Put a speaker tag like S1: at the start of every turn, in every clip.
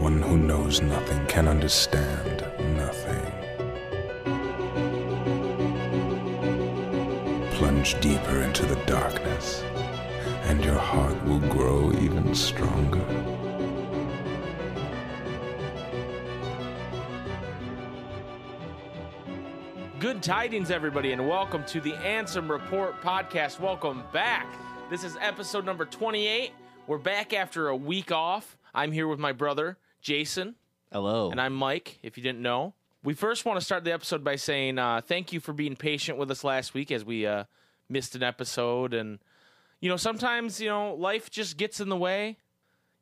S1: One who knows nothing can understand nothing. Plunge deeper into the darkness, and your heart will grow even stronger.
S2: Good tidings, everybody, and welcome to the Ansem Report podcast. Welcome back. This is episode number 28. We're back after a week off. I'm here with my brother, Jason,
S3: Hello.
S2: and I'm Mike, if you didn't know. We first want to start the episode by saying uh, thank you for being patient with us last week as we uh, missed an episode. And, you know, sometimes, you know, life just gets in the way.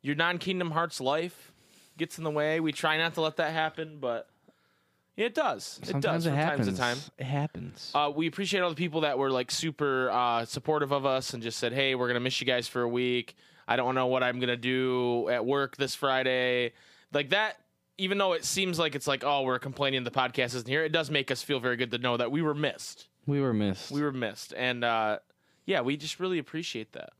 S2: Your non Kingdom Hearts life gets in the way. We try not to let that happen, but it does. it does
S3: sometimes it
S2: from
S3: happens.
S2: time to time.
S3: It happens.
S2: Uh, we appreciate all the people that were like super uh, supportive of us and just said, "Hey, we're gonna miss you guys for a week. I don't know what I'm gonna do at work this Friday." Like that, even though it seems like it's like, "Oh, we're complaining the podcast isn't here," it does make us feel very good to know that we were missed.
S3: we were missed.
S2: We were missed, and uh, yeah, we just really appreciate that.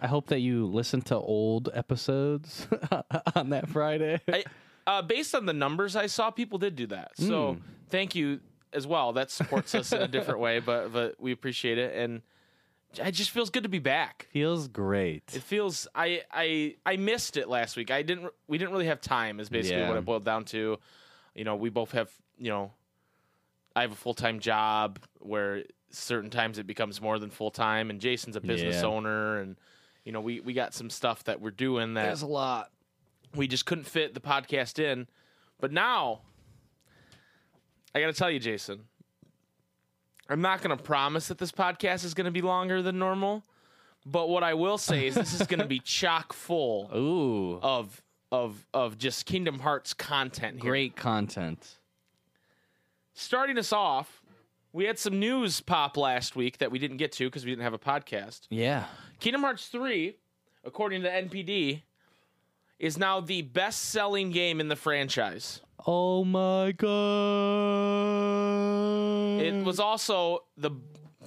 S3: I hope that you listen to old episodes on that Friday.
S2: I, uh, based on the numbers I saw, people did do that. So thank you as well. That supports us in a different way, but but we appreciate it, and it just feels good to be back.
S3: Feels great.
S2: It feels I I I missed it last week. I didn't we didn't really have time is basically
S3: Yeah.
S2: what it boiled down to. You know, we both have, you know, I have a full-time job where certain times it becomes more than full-time and Jason's a business
S3: Yeah.
S2: owner and you know, we we got some stuff that we're doing that
S3: a lot.
S2: we just couldn't fit the podcast in. But now, I got to tell you, Jason, I'm not going to promise that this podcast is going to be longer than normal. But what I will say is this is going to be chock full
S3: Ooh.
S2: of of of just Kingdom Hearts content. Oh, Here.
S3: Great content.
S2: Starting us off, we had some news pop last week that we didn't get to because we didn't have a podcast.
S3: Yeah.
S2: Kingdom Hearts 3, according to NPD, is now the best-selling game in the franchise.
S3: Oh my
S4: Mm.
S3: god.
S2: It was also the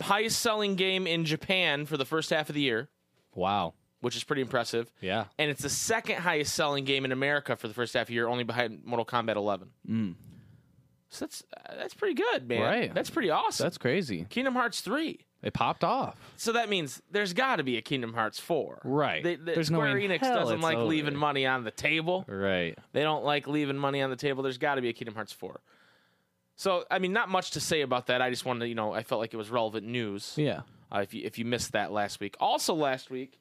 S2: highest selling game in Japan for the first half of the year,
S3: Wow.
S2: which is pretty impressive.
S3: Yeah.
S2: And it's the second highest selling game in America for the first half of the year, only behind Mortal Kombat 11. So that's uh, that's pretty good, man.
S3: Mm. Right.
S2: That's pretty awesome.
S3: That's crazy.
S2: Kingdom Hearts 3.
S3: It popped off.
S2: So that means there's got to be a Kingdom Hearts 4.
S3: Right.
S2: They, they,
S3: There's no
S2: Square
S3: way in
S2: Enix
S3: hell
S2: doesn't
S3: it's
S2: like
S3: over.
S2: leaving money on the table.
S3: Right.
S2: They don't like leaving money on the table. There's got to be a Kingdom Hearts 4. So, I mean, not much to say about that. I just wanted to, you know, I felt like it was relevant news.
S3: Yeah.
S2: uh, if you if you missed that last week. Also last week,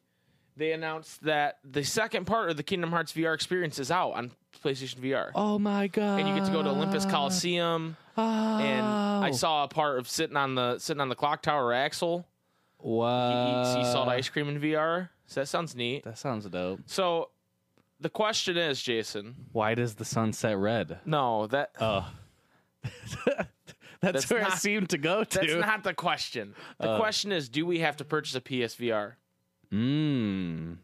S2: they announced that the second part of the Kingdom Hearts VR experience is out on PlayStation VR,
S3: Oh my god.
S2: and you get to go to Olympus
S4: Oh.
S2: Coliseum. And I
S3: Oh.
S2: saw a part of sitting on the sitting on the clock tower. Axel, he eats
S3: Wow.
S2: he
S4: Uh.
S2: sold ice cream in VR. So that sounds neat.
S3: That sounds dope.
S2: So the question is, Jason?
S3: Why does the sunset red?
S2: No, that
S3: Oh. that's,
S2: That's
S3: where
S2: not-
S3: it seemed to go to.
S2: that's not the question. The question is, do we have to purchase a PSVR?
S3: Mm.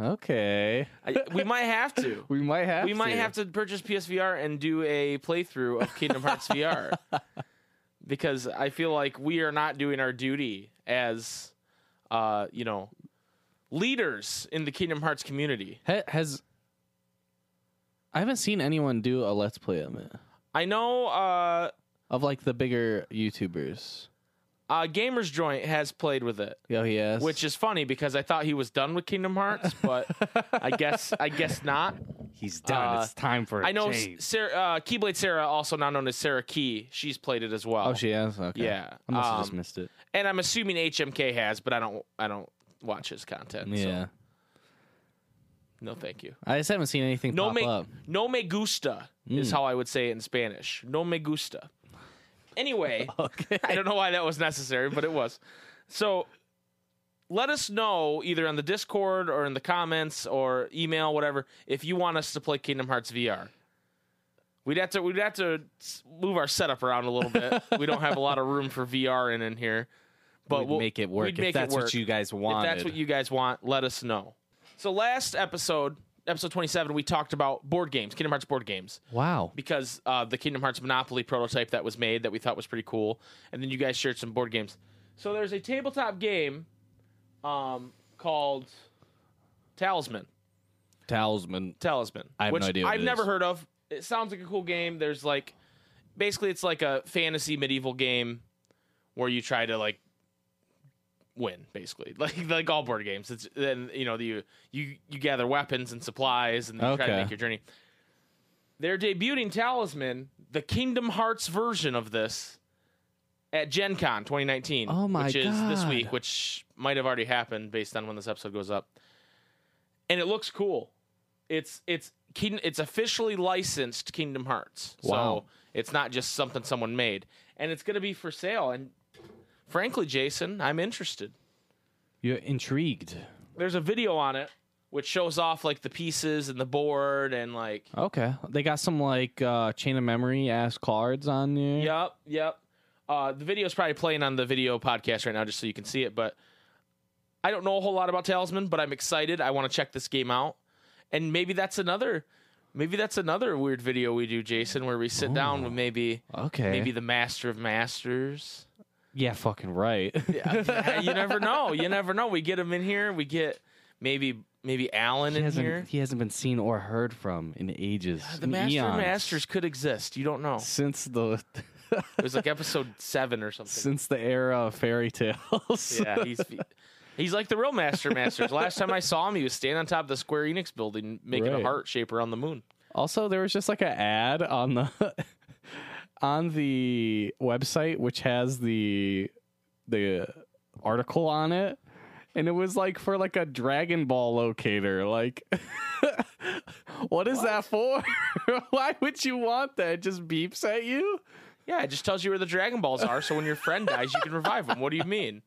S3: Okay.
S2: I, we might have to.
S3: We might have
S2: we might have to purchase PSVR and do a playthrough of Kingdom Hearts VR because I feel like we are not doing our duty as, uh, you know, leaders in the Kingdom Hearts community.
S3: Ha- has I haven't seen anyone do a let's play of it.
S2: I know uh,
S3: Of like the bigger YouTubers.
S2: uh, Gamers Joint has played with it,
S3: Oh yes.
S2: which is funny because I thought he was done with Kingdom Hearts, but I guess I guess not.
S3: he's
S2: done. It's
S3: time for
S2: Uh, I know S- Sarah, uh, Keyblade Sarah, also now known as Sarah Key, she's played it as well.
S3: Oh she has? Okay.
S2: Yeah,
S3: I must have just
S2: um,
S3: missed it.
S2: and I'm assuming HMK has, but I don't I don't watch his content.
S3: Yeah.
S2: So no, thank you.
S3: I just haven't seen anything
S2: No
S3: pop
S2: me
S3: up.
S5: Mm.
S2: no me gusta is how I would say it in Spanish. No me gusta. Anyway,
S4: Okay.
S2: I don't know why that was necessary, but it was. So let us know either on the Discord or in the comments or email, whatever, if you want us to play Kingdom Hearts VR. We'd have to we'd have to s- move our setup around a little bit. we don't have a lot of room for VR in in here, but
S5: We'd
S2: we'll,
S5: make it work
S2: we'd
S5: if
S2: make it
S5: that's
S2: work.
S5: what you guys
S2: if
S5: want.
S2: that's what you guys want, let us know. So last episode, episode twenty seven, we talked about board games, Kingdom Hearts board games
S4: Wow.
S2: because uh, the Kingdom Hearts Monopoly prototype that was made that we thought was pretty cool, and then you guys shared some board games. So there's a tabletop game um, called Talisman.
S4: Talisman.
S2: Talisman.
S5: I have
S2: which
S5: no idea what
S2: I've
S5: it
S2: never
S5: is.
S2: heard of. It sounds like a cool game. There's like, basically, it's like a fantasy medieval game where you try to like win, basically, like like all board games. It's then you know you you you gather weapons and supplies and you try to
S4: Okay.
S2: make your journey. They're debuting Talisman, the Kingdom Hearts version of this, at Gen Con 2019.
S4: Oh my
S2: which is this
S4: God.
S2: week, which might have already happened based on when this episode goes up. And it looks cool. It's it's King, it's officially licensed Kingdom Hearts.
S4: Wow.
S2: So it's not just something someone made. And it's going to be for sale and frankly, Jason, I'm interested.
S4: You're intrigued.
S2: There's a video on it which shows off like the pieces and the board and like
S4: Okay. They got some like uh, chain of memory ass cards on there.
S2: Yep, yep. Uh, the video's probably playing on the video podcast right now, just so you can see it. But I don't know a whole lot about Talisman, but I'm excited. I want to check this game out, and maybe that's another, maybe that's another weird video we do, Jason, where we sit down with maybe
S4: Okay.
S2: maybe the master of masters.
S4: Yeah, fucking right.
S2: Yeah, Uh, you never know. You never know. We get him in here. We get maybe maybe Alan
S4: he,
S2: in
S4: hasn't,
S2: here.
S4: he hasn't been seen or heard from in ages.
S2: The
S4: in
S2: master of
S4: eons.
S2: masters could exist. You don't know.
S4: since the
S2: It was like episode seven or something.
S4: since the era of fairy tales.
S2: Yeah, he's he's like the real Master Masters. Last time I saw him, he was standing on top of the Square Enix building, making a
S4: Right.
S2: heart shape around the moon.
S4: Also, there was just like an ad on the on the website which has the the article on it, and it was like for like a Dragon Ball locator. Like, what is that for? Why would you want that? It just beeps at you.
S2: Yeah, it just tells you where the Dragon Balls are, so when your friend dies, you can revive him. What do you mean?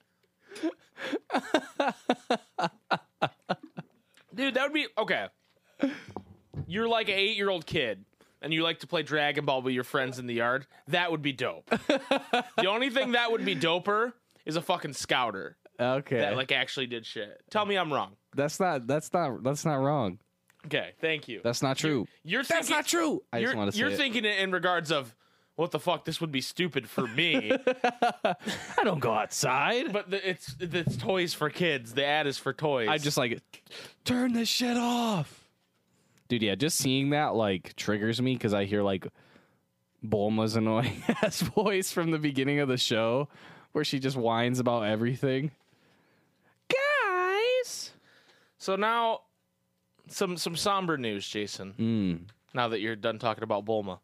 S2: Dude, that would be okay. You're like an eight year old kid and you like to play Dragon Ball with your friends in the yard. That would be dope. the only thing that would be doper is a fucking scouter
S4: Okay,
S2: that like actually did shit. Tell me I'm wrong.
S4: that's not that's not that's not wrong.
S2: Okay, thank you.
S4: That's not true.
S2: You're
S4: That's
S2: thinking-
S4: not true. I
S2: you're,
S4: just want to say
S2: you're
S4: it.
S2: thinking it in regards of what the fuck this would be stupid for me
S4: I don't go outside.
S2: but the, it's it's toys for kids the ad is for toys
S4: I just like turn this shit off. Dude, yeah, just seeing that like triggers me because I hear like Bulma's annoying ass voice from the beginning of the show where she just whines about everything. Guys.
S2: so now some some somber news jason
S4: Mm.
S2: now that you're done talking about bulma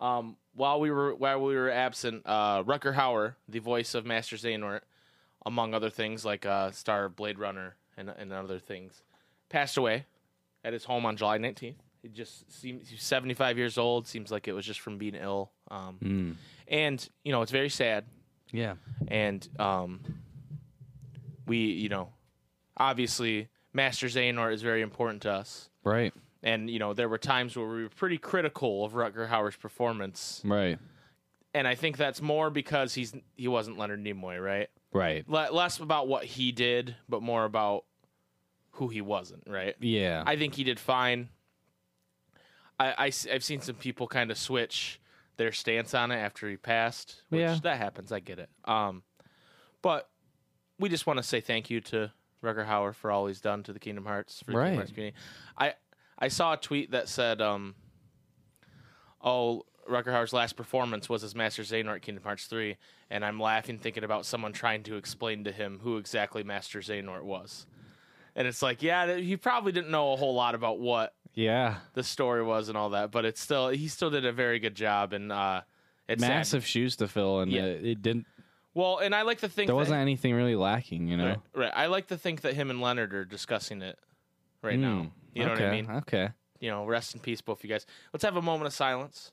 S2: um while we were while we were absent uh rucker hauer the voice of master xehanort among other things like uh star of blade runner and and other things passed away at his home on july 19th he just seems he's 75 years old seems like it was just from being ill um
S4: Mm.
S2: and you know it's very sad
S4: Yeah.
S2: and um we you know obviously master xehanort is very important to us
S4: Right.
S2: and you know there were times where we were pretty critical of rutger hauer's performance
S4: Right.
S2: and i think that's more because he's he wasn't leonard nimoy right
S4: Right.
S2: Le- less about what he did but more about who he wasn't right
S4: Yeah.
S2: I think he did fine. I, have seen some people kind of switch their stance on it after he passed, which
S4: Yeah.
S2: that happens. I get it. Um, but we just want to say thank you to Rucker Hauer for all he's done to the Kingdom Hearts for the Kingdom
S4: Right.
S2: Hearts community. I I saw a tweet that said, um, "Oh, Rucker Hauer's last performance was as Master Xehanort in Kingdom Hearts three, and I'm laughing thinking about someone trying to explain to him who exactly Master Xehanort was." And it's like, yeah, th- he probably didn't know a whole lot about what
S4: yeah.
S2: the story was and all that, but it's still he still did a very good job and uh it's sad.
S4: Massive shoes to fill and
S2: Yeah.
S4: it, it didn't
S2: Well, and I like to think that-
S4: there wasn't anything really lacking, you know.
S2: right, right, I like to think that him and Leonard are discussing it right now.
S4: Mm.
S2: You know
S4: okay.
S2: what I mean?
S4: Okay.
S2: You know, rest in peace both of you guys. Let's have a moment of silence.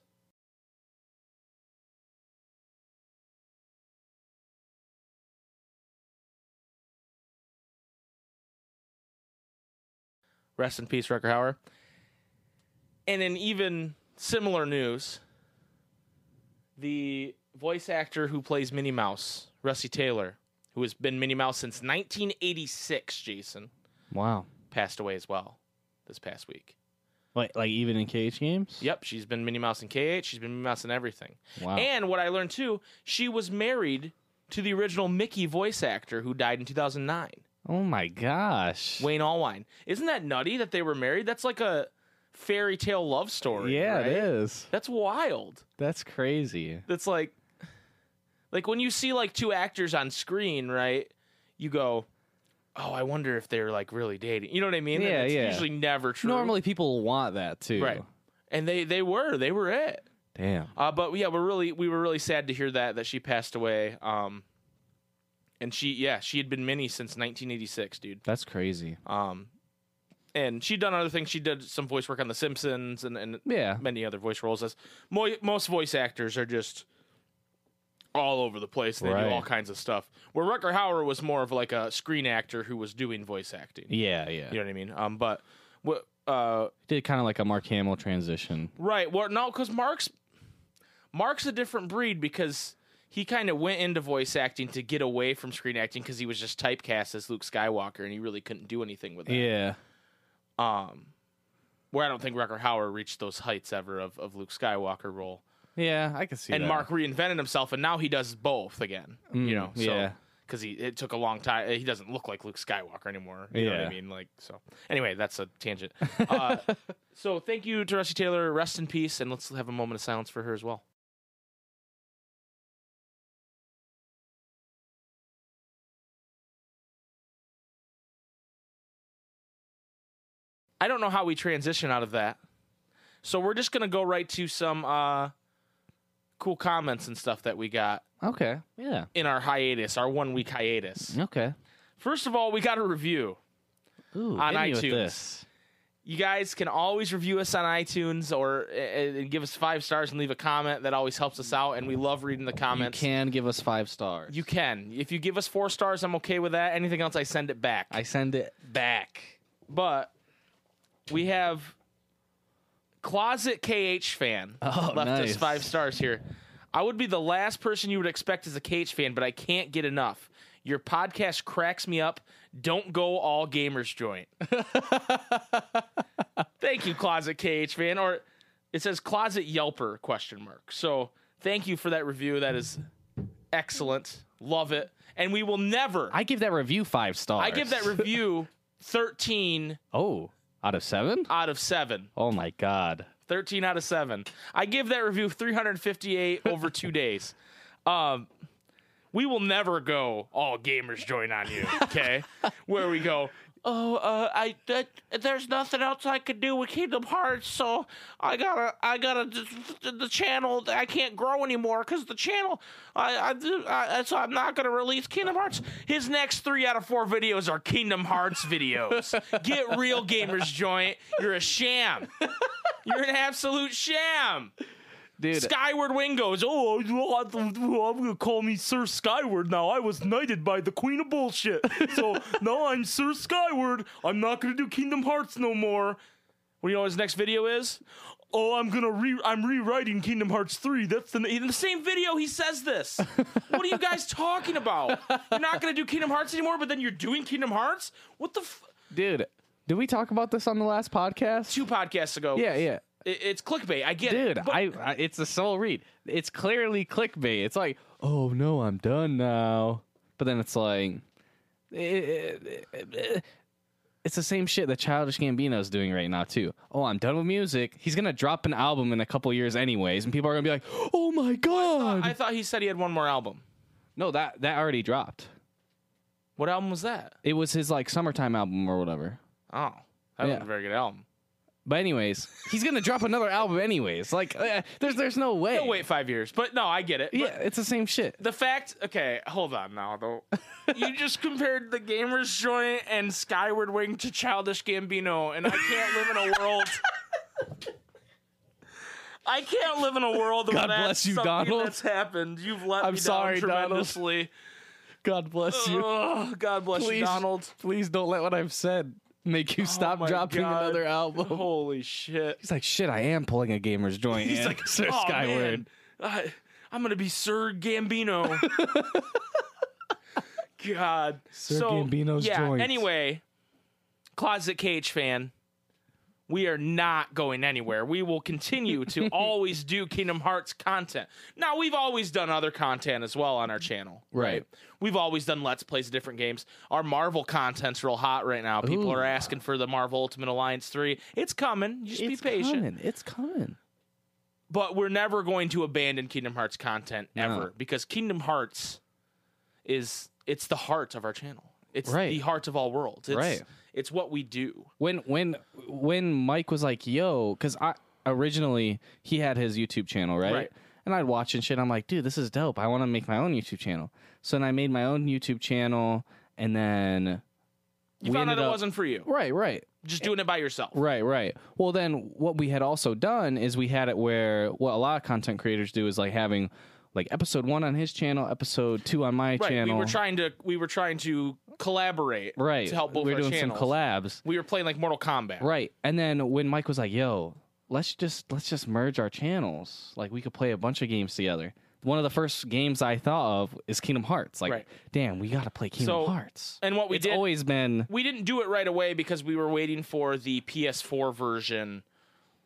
S2: Rest in peace, Rucker Hauer. And in even similar news, the voice actor who plays Minnie Mouse, Rusty Taylor, who has been Minnie Mouse since 1986, Jason,
S4: Wow.
S2: passed away as well this past week.
S4: Like like even in cage games.
S2: Yep, she's been Minnie Mouse in KH, she's been Minnie Mouse in everything.
S4: Wow.
S2: And what I learned too, she was married to the original Mickey voice actor who died in 2009,
S4: oh my gosh.
S2: Wayne Allwine. Isn't that nutty that they were married? That's like a fairy tale love story.
S4: yeah,
S2: right?
S4: it is.
S2: That's wild.
S4: That's crazy.
S2: That's like, like when you see like two actors on screen, right? You go, oh, I wonder if they're like really dating. You know what I mean? And
S4: Yeah,
S2: it's
S4: yeah.
S2: Usually never true.
S4: Normally people want that too.
S2: right? And they they were they were it.
S4: Damn.
S2: Uh, but yeah, we're really we were really sad to hear that that she passed away. Um, and she yeah she had been Minnie since 1986, dude.
S4: That's crazy.
S2: Um, and she'd done other things. She did some voice work on The Simpsons and and
S4: Yeah.
S2: many other voice roles. As mo- most voice actors are just all over the place. They
S4: Right.
S2: do all kinds of stuff. Where Rucker Hauer was more of like a screen actor who was doing voice acting.
S4: Yeah, yeah.
S2: You know what I mean? Um, but what? Uh,
S4: Did kind of like a Mark Hamill transition.
S2: right. Well, no, because Mark's Mark's a different breed because he kind of went into voice acting to get away from screen acting because he was just typecast as Luke Skywalker and he really couldn't do anything with it.
S4: Yeah.
S2: Um, where I don't think Rucker Hauer reached those heights ever of, of Luke Skywalker role.
S4: Yeah, I can see
S2: and
S4: that.
S2: Mark reinvented himself, and now he does both again.
S4: Mm,
S2: you know, so,
S4: yeah.
S2: because he it took a long time. He doesn't look like Luke Skywalker anymore. You know what
S4: Yeah.
S2: I mean? Like so. Anyway, that's a tangent. Uh, so thank you to Rusty Taylor. Rest in peace, and let's have a moment of silence for her as well. I don't know how we transition out of that. So we're just gonna go right to some uh, cool comments and stuff that we got
S4: Okay. Yeah.
S2: in our hiatus, our one week hiatus.
S4: Okay.
S2: First of all, we got a review.
S4: Ooh,
S2: On
S4: hit me with
S2: iTunes.
S4: this.
S2: You guys can always review us on iTunes or uh, and give us five stars and leave a comment. That always helps us out, and we love reading the
S4: You
S2: comments.
S4: can give us five stars.
S2: You can. If you give us four stars, I'm okay with that. Anything else, I send it back.
S4: I send it back.
S2: but we have closet KH fan
S4: Oh,
S2: left
S4: nice.
S2: us five stars here. I would be the last person you would expect as a KH fan, but I can't get enough. Your podcast cracks me up. Don't go all gamers joint. thank you, closet KH fan, or it says closet Yelper question mark. So thank you for that review. That is excellent. Love it. And we will never.
S4: I give that review five stars.
S2: I give that review thirteen
S4: Oh, out of seven?
S2: out of seven.
S4: Oh my god.
S2: 13 out of seven. I give that review 358 over two days. Um, we will never go all gamers join on you, okay? Where we go, oh, uh, I that, there's nothing else I could do with Kingdom Hearts, so I gotta I gotta the, the channel I can't grow anymore because the channel I, I I so I'm not gonna release Kingdom Hearts. His next three out of four videos are Kingdom Hearts videos. Get real, gamers joint. You're a sham. You're an absolute sham.
S4: Dude,
S2: Skyward Wing goes, oh, well, I- well, I'm going to call me Sir Skyward now. I was knighted by the Queen of Bullshit. So now I'm Sir Skyward. I'm not going to do Kingdom Hearts no more. Well, you know what his next video is? Oh, I'm gonna re I'm rewriting Kingdom Hearts 3. That's the in the same video he says this. what are you guys talking about? You're not gonna do Kingdom Hearts anymore, but then you're doing Kingdom Hearts? What the f-
S4: dude, did we talk about this on the last podcast?
S2: two podcasts ago?
S4: Yeah, yeah.
S2: It- it's clickbait. I get it.
S4: Dude,
S2: But-
S4: I, I it's a sole read. It's clearly clickbait. It's like, "Oh no, I'm done now." But then it's like eh, it's the same shit that Childish Gambino's doing right now too. Oh, I'm done with music. He's going to drop an album in a couple years anyways, and people are going to be like, "Oh my god."
S2: I thought he said he had one more album.
S4: no, that that already dropped.
S2: What album was that?
S4: It was his like summertime album or whatever.
S2: Oh, that
S4: Yeah.
S2: wasn't a very good album.
S4: But anyways, he's gonna drop another album anyways. Like, uh, there's there's no way.
S2: He'll wait five years, but no, I get it. But
S4: Yeah, it's the same shit.
S2: the fact, okay, hold on now though. you just compared the Gamers Joint and Skyward Wing to Childish Gambino, and I can't live in a world. I can't live in a world where
S4: God
S2: that's
S4: bless you,
S2: something
S4: Donald.
S2: That's happened. You've let
S4: I'm
S2: me
S4: sorry,
S2: down
S4: Donald.
S2: tremendously.
S4: God bless
S2: Ugh, God bless you, Donald.
S4: Please don't let what I've said make you stop
S2: my
S4: dropping
S2: God.
S4: another album.
S2: Holy shit.
S4: Oh He's like, shit, I am pulling a gamer's joint.
S2: He's
S4: and
S2: like,
S4: Sir
S2: "Aw,
S4: Skyward.
S2: Oh, man, I, I'm gonna be Sir Gambino. God,
S4: Sir
S2: so,
S4: Gambino's
S2: yeah.
S4: joints.
S2: Anyway, closet cage fan, we are not going anywhere. We will continue to always do Kingdom Hearts content. Now we've always done other content as well on our channel,
S4: Right.
S2: We've always done let's plays of different games. Our Marvel content's real hot right now. People
S4: Ooh.
S2: are asking for the Marvel Ultimate Alliance three. It's coming. Just be
S4: It's
S2: patient
S4: coming. It's coming.
S2: but we're never going to abandon Kingdom Hearts content
S4: No.
S2: ever because Kingdom Hearts is it's the heart of our channel. It's
S4: Right.
S2: the heart of all worlds. It's,
S4: Right.
S2: It's what we do.
S4: when when when Mike was like, "Yo," because I originally he had his YouTube channel, right?
S2: Right.
S4: And I'd watch and shit. I'm like, dude, this is dope. I want to make my own YouTube channel. So then I made my own YouTube channel, and then
S2: You
S4: we
S2: found out
S4: ended
S2: it
S4: up-
S2: wasn't for you.
S4: Right, right,
S2: Just doing it by yourself.
S4: right, right. Well, then what we had also done is we had it where what a lot of content creators do is like having like episode one on his channel, episode two on my
S2: Right.
S4: channel.
S2: We were trying to we were trying to collaborate
S4: right
S2: to help both
S4: we were
S2: our
S4: doing
S2: channels.
S4: some collabs.
S2: We were playing like Mortal Kombat.
S4: Right. And then when Mike was like, "Yo, let's just let's just merge our channels. Like we could play a bunch of games together." One of the first games I thought of is Kingdom Hearts. Like,
S2: Right.
S4: damn, we got to play Kingdom
S2: So-
S4: Hearts.
S2: And what we
S4: it's
S2: did
S4: always been
S2: we didn't do it right away because we were waiting for the PS4 version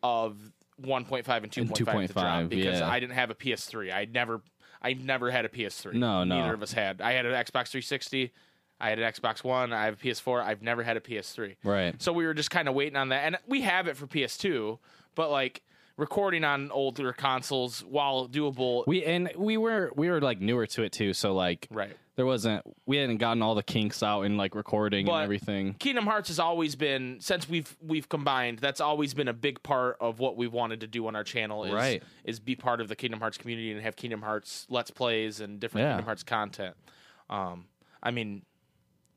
S2: of 1.5 and 2.5, to drop
S4: 2.5,
S2: because
S4: yeah.
S2: I didn't have a PS3. I never I never had a PS3.
S4: No, no.
S2: Neither of us had. I had an Xbox 360. I had an Xbox One. I have a PS4. I've never had a PS3.
S4: right.
S2: So we were just kind of waiting on that. And we have it for PS2, but like recording on older consoles while doable.
S4: We and we were we were like newer to it too, so like
S2: right.
S4: there wasn't we hadn't gotten all the kinks out in like recording
S2: But-
S4: and everything.
S2: Kingdom Hearts has always been since we've we've combined. That's always been a big part of what we wanted to do on our channel. Is,
S4: Right.
S2: Is be part of the Kingdom Hearts community and have Kingdom Hearts Let's Plays and different
S4: Yeah.
S2: Kingdom Hearts content. Um, I mean,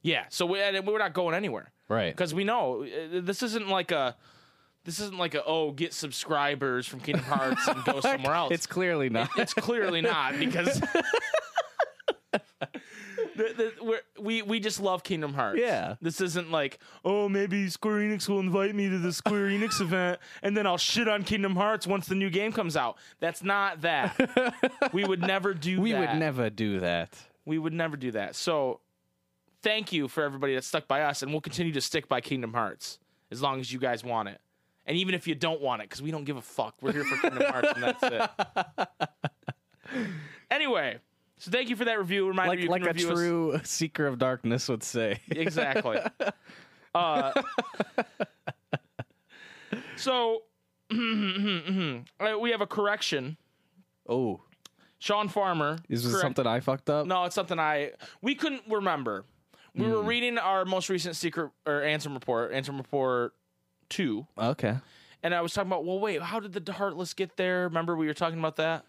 S2: yeah. So we, and we're not going anywhere
S4: Right.
S2: because we know uh, this isn't like a this isn't like a oh get subscribers from Kingdom Hearts and go somewhere else.
S4: It's clearly not.
S2: It's clearly not because The- the- we're- we we just love Kingdom Hearts.
S4: Yeah.
S2: this isn't like oh maybe Square Enix will invite me to the Square Enix event and then I'll shit on Kingdom Hearts once the new game comes out. That's not that. we would never do.
S4: we
S2: that.
S4: would never do that.
S2: We would never do that. So thank you for everybody that stuck by us, and we'll continue to stick by Kingdom Hearts as long as you guys want it. And even if you don't want it, because we don't give a fuck, we're here for Kingdom Hearts, and that's it. Anyway, so thank you for that review. Reminder,
S4: Like
S2: you
S4: like
S2: can
S4: a
S2: review us-
S4: true seeker of darkness would say.
S2: exactly. Uh, so uh, we have a correction.
S4: oh,
S2: Sean Farmer.
S4: is this
S2: correct-
S4: something I fucked up?
S2: No, it's something I we couldn't remember. We were reading our most recent secret or Ansem report, Ansem report two,
S4: Okay.
S2: and I was talking about. Well, wait, how did the Heartless get there? Remember we were talking about that,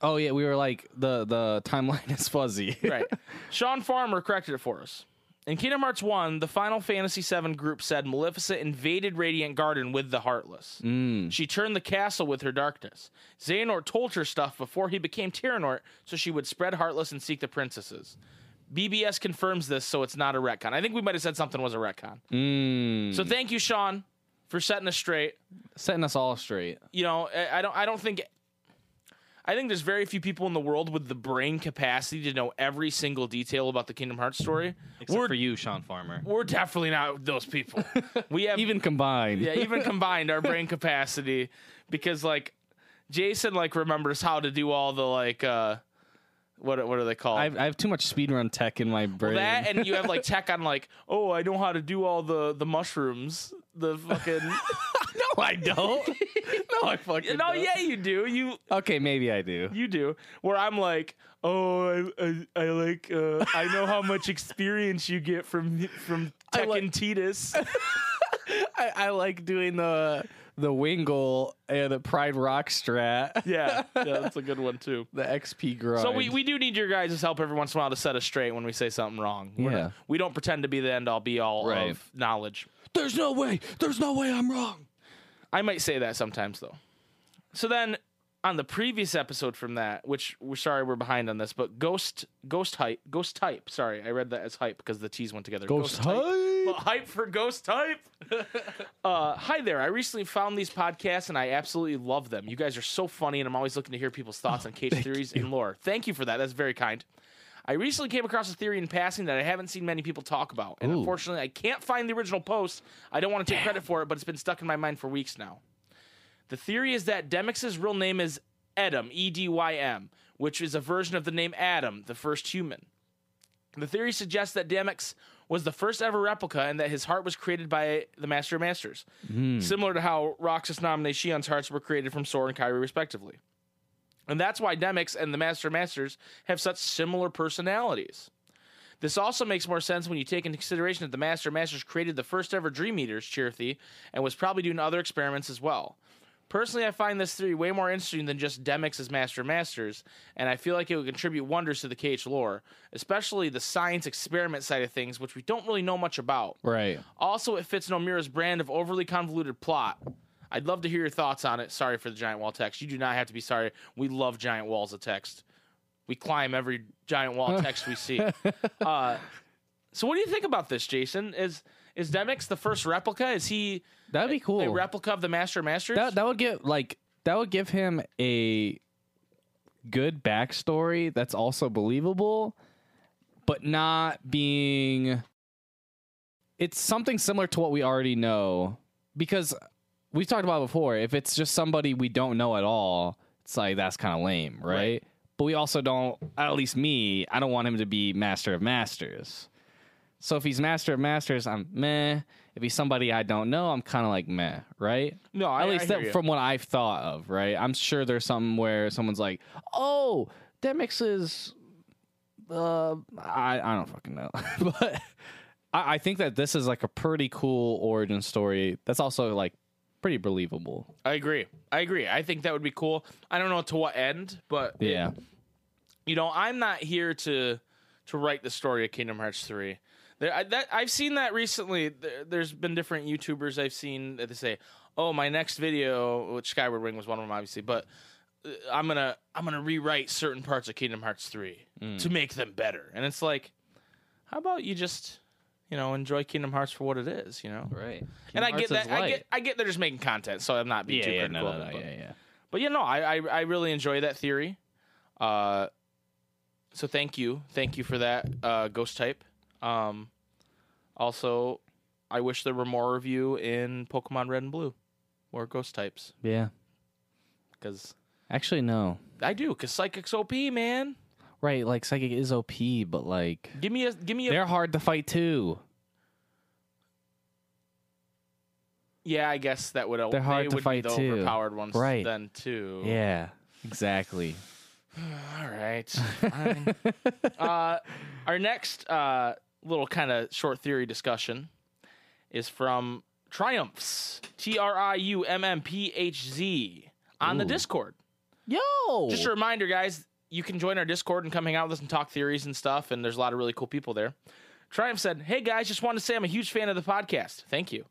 S4: Oh yeah, we were like the the timeline is fuzzy.
S2: right? Sean Farmer corrected it for us. In Kingdom Hearts one, the Final Fantasy VII group said Maleficent invaded Radiant Garden with the Heartless.
S4: Mm.
S2: She turned the castle with her darkness. Xehanort told her stuff before he became Tyranort, so she would spread Heartless and seek the princesses. BBS confirms this, so it's not a retcon. I think we might have said something was a retcon.
S4: Mm.
S2: So thank you, Sean, for setting us straight.
S4: Setting us all straight.
S2: You know, I- I don't, I don't think, I think there's very few people in the world with the brain capacity to know every single detail about the Kingdom Hearts story.
S4: Except for you, Sean Farmer.
S2: We're definitely not those people. We have
S4: Even combined.
S2: yeah, even combined our brain capacity because like Jason like remembers how to do all the like uh what what are they called?
S4: I have, I have too much speedrun tech in my brain.
S2: that and you have like tech on like, "Oh, I know how to do all the the mushrooms." The fucking
S4: no, I don't. no, I fucking
S2: No,
S4: don't.
S2: yeah, you do. You
S4: Okay, maybe I do.
S2: you do. Where I'm like, "Oh, I I, I like uh I know how much experience you get from from
S4: I
S2: Tekken
S4: like-
S2: Titus."
S4: I, I like doing the the wingle and the Pride Rock strat.
S2: Yeah, yeah, that's a good one too.
S4: The XP grind.
S2: So we, we do need your guys' help every once in a while to set us straight when we say something wrong. We're
S4: Yeah.
S2: not- we don't pretend to be the end all be all
S4: Right.
S2: of knowledge.
S4: There's no way. There's no way I'm wrong.
S2: I might say that sometimes though. So then on the previous episode from that, which we're sorry we're behind on this, but ghost ghost hype ghost type. Sorry, I read that as hype because the T's went together.
S4: Ghost,
S2: Type- Well, hype for ghost type. uh, hi there. I recently found these podcasts and I absolutely love them. You guys are so funny, and I'm always looking to hear people's thoughts on case theories and lore. Thank Oh, you for that. That's very kind. I recently came across a theory in passing that I haven't seen many people talk about, and unfortunately, I can't find the original post. I don't want to take credit for it, but it's been stuck in my mind for weeks now. The theory is that Demix's real name is Edom, E D Y M, which is a version of the name Adam, the first human. The theory suggests that Demix was the first ever replica and that his heart was created by the Master of Masters, similar to how Roxas Naminé Shion's hearts were created from Sora and Kyrie, respectively. And that's why Demix and the Master of Masters have such similar personalities. This also makes more sense when you take into consideration that the Master of Masters created the first ever Dream Eaters, Chirithi, and was probably doing other experiments as well. Personally, I find this theory way more interesting than just Demix as Master of Masters, and I feel like it would contribute wonders to the KH lore, especially the science experiment side of things, which we don't really know much about.
S4: Right.
S2: Also, it fits Nomura's brand of overly convoluted plot. I'd love to hear your thoughts on it. Sorry for the giant wall text. You do not have to be sorry. We love giant walls of text. We climb every giant wall of text we see. Uh, so, what do you think about this, Jason? Is is Demix the first replica? Is he
S4: That'd be cool.
S2: a replica of the Master of Masters?
S4: that that would give like that would give him a good backstory that's also believable, but not being. It's something similar to what we already know because we've talked about it before. If it's just somebody we don't know at all, it's like that's kind of lame, right? But we also don't. At least me, I don't want him to be master of masters. So if he's master of masters, I'm meh. If he's somebody I don't know, I'm kind of like meh, right?
S2: no, I,
S4: at least
S2: I hear
S4: that
S2: you.
S4: from what I've thought of, right? I'm sure there's something where someone's like, "Oh, Demix is," uh, I I don't fucking know, but I, I think that this is like a pretty cool origin story. That's also like pretty believable.
S2: I agree. I agree. I think that would be cool. I don't know to what end, but
S4: Yeah,
S2: you know, I'm not here to to write the story of Kingdom Hearts three. There, I, that I've seen that recently. There, there's been different YouTubers I've seen that they say, "Oh, my next video," which Skyward Wing was one of them, obviously, but uh, I'm gonna I'm gonna rewrite certain parts of Kingdom Hearts three
S4: Mm.
S2: to make them better. And it's like, how about you just you know enjoy Kingdom Hearts for what it is, you know?
S4: right.
S2: and I get that. I get I get they're just making content, so I'm not being
S4: yeah,
S2: too
S4: yeah,
S2: critical.
S4: no, no,
S2: of it,
S4: no,
S2: but-
S4: yeah, yeah.
S2: but yeah, no, I I, I really enjoy that theory. Uh, so thank you, thank you for that uh, ghost type. Um, also, I wish there were more of you in Pokemon Red and Blue, more ghost types,
S4: Yeah,
S2: because
S4: actually, no.
S2: I do, because Psychic's OP, man.
S4: Right, like psychic is OP, but like
S2: Give me a give me a
S4: they're hard to fight too.
S2: yeah. I guess that would
S4: They're hard
S2: they
S4: to
S2: would
S4: fight,
S2: be the
S4: too.
S2: overpowered ones
S4: Right.
S2: then too.
S4: Yeah, exactly.
S2: All right. Fine. uh, our next uh, little kind of short theory discussion is from Triumphs, T R I U M M P H Z, on the
S4: Ooh.
S2: Discord.
S4: Yo,
S2: Just a reminder, guys, you can join our Discord and come hang out with us and talk theories and stuff. And there's a lot of really cool people there. Triumph said, Hey guys, just wanted to say I'm a huge fan of the podcast. Thank you.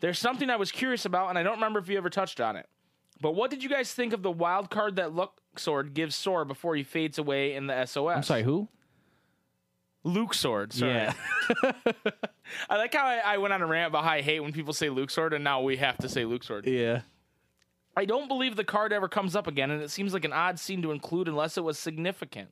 S2: There's something I was curious about, and I don't remember if you ever touched on it. But what did you guys think of the wild card that Luxord gives Sora before he fades away in the SOS?
S4: I'm sorry, who?
S2: Luxord. Sorry.
S4: Yeah.
S2: I like how I, I went on a rant about how I hate when people say Luxord, and now we have to say Luxord.
S4: Yeah.
S2: I don't believe the card ever comes up again, and it seems like an odd scene to include unless it was significant.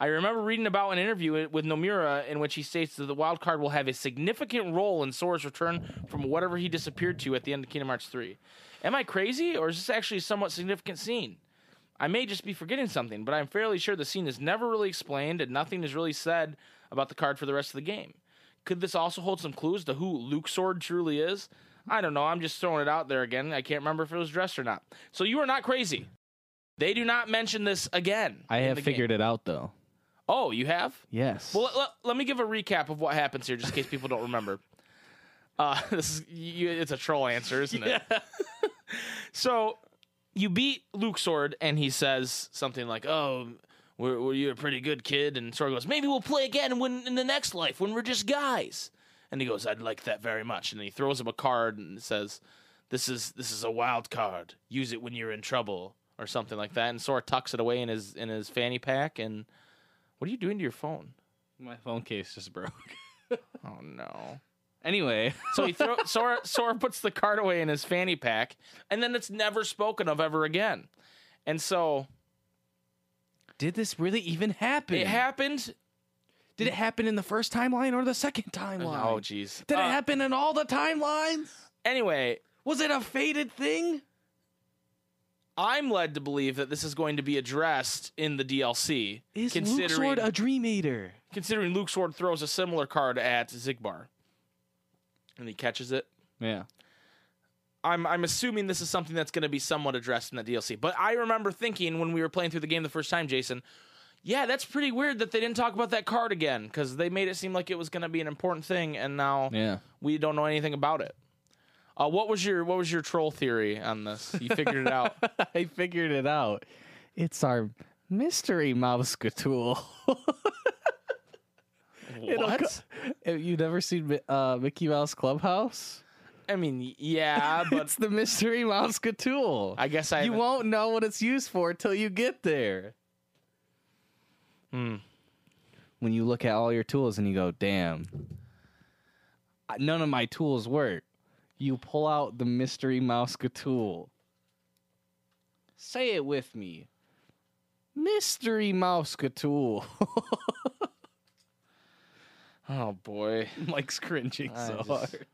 S2: I remember reading about an interview with Nomura in which he states that the wild card will have a significant role in Sora's return from whatever he disappeared to at the end of Kingdom Hearts 3. Am I crazy, or is this actually a somewhat significant scene? I may just be forgetting something, but I'm fairly sure the scene is never really explained and nothing is really said about the card for the rest of the game. Could this also hold some clues to who Luke Sword truly is? I don't know. I'm just throwing it out there again. I can't remember if it was dressed or not. So you are not crazy. They do not mention this again.
S4: I
S2: in
S4: have
S2: the game.
S4: figured it out though.
S2: Oh, you have?
S4: Yes.
S2: Well, oh, let, let, let me give a recap of what happens here, just in case people don't remember. Uh, this is you, it's a troll answer, isn't it? so you beat Luke Sword, and he says something like, "Oh, were, were you a pretty good kid?" And Sword goes, "Maybe we'll play again when in the next life when we're just guys." And he goes, "I'd like that very much." And he throws him a card and says, "This is this is a wild card. Use it when you're in trouble." Or something like that, and Sora tucks it away in his in his fanny pack. And what are you doing to your phone?
S4: my phone case just broke.
S2: Oh no.
S4: Anyway,
S2: So he throw, Sora Sora puts the card away in his fanny pack, and then it's never spoken of ever again. And so
S4: did this really even happen?
S2: it happened.
S4: did it happen in the first timeline or the second timeline?
S2: Oh, jeez.
S4: Did
S2: Uh,
S4: it happen in all the timelines?
S2: Anyway,
S4: Was it a fated thing?
S2: I'm led to believe that this is going to be addressed in the DLC,
S4: Is Luke
S2: considering
S4: Sword a dream eater?
S2: considering Luke Sword throws a similar card at Zigbar, and he catches it.
S4: Yeah.
S2: I'm I'm assuming this is something that's going to be somewhat addressed in the DLC. But I remember thinking when we were playing through the game the first time, Jason, yeah, that's pretty weird that they didn't talk about that card again because they made it seem like it was going to be an important thing, and now
S4: Yeah.
S2: we don't know anything about it. Uh, what was your what was your troll theory on this? You figured it out.
S4: I figured it out. It's our mystery mousquetool. It'll
S2: what?
S4: co- Uh, you never seen Mi- uh, Mickey Mouse Clubhouse?
S2: I mean, yeah, but
S4: it's the mystery mousquetool.
S2: I guess I
S4: you
S2: haven't-
S4: won't know what it's used for till you get there.
S2: Hmm.
S4: When you look at all your tools and you go, "Damn, I- none of my tools work," you pull out the mystery mousquetool. Say it with me. Mystery mousquetool.
S2: Oh boy.
S4: Mike's cringing
S2: I
S4: so
S2: just-
S4: hard.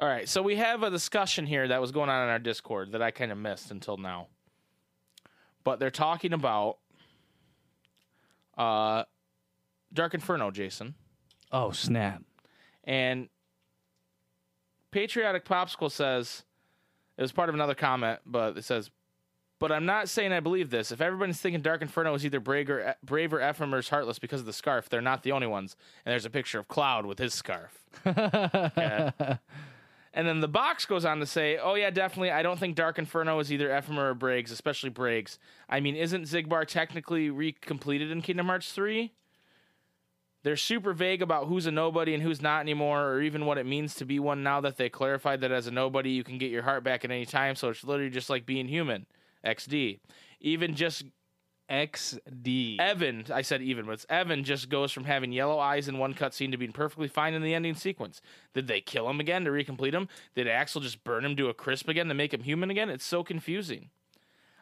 S2: All right, so we have a discussion here that was going on in our Discord that I kind of missed until now. But they're talking about uh Dark Inferno, Jason.
S4: Oh snap!
S2: And Patriotic Popsicle says it was part of another comment, but it says, "But I'm not saying I believe this. If everybody's thinking Dark Inferno is either Brave or, Brave or Ephraim or Heartless because of the scarf, they're not the only ones." And there's a picture of Cloud with his scarf. And then the box goes on to say, "Oh yeah, definitely. I don't think Dark Inferno is either Ephema or Briggs, especially Briggs. I mean, isn't Zigbar technically recompleted in Kingdom Hearts 3? They're super vague about who's a nobody and who's not anymore, or even what it means to be one. Now that they clarified that as a nobody, you can get your heart back at any time, so it's literally just like being human. XD. Even just
S4: XD.
S2: Evan, I said even, but it's Evan just goes from having yellow eyes in one cutscene to being perfectly fine in the ending sequence. Did they kill him again to recomplete him? Did Axel just burn him to a crisp again to make him human again? It's so confusing.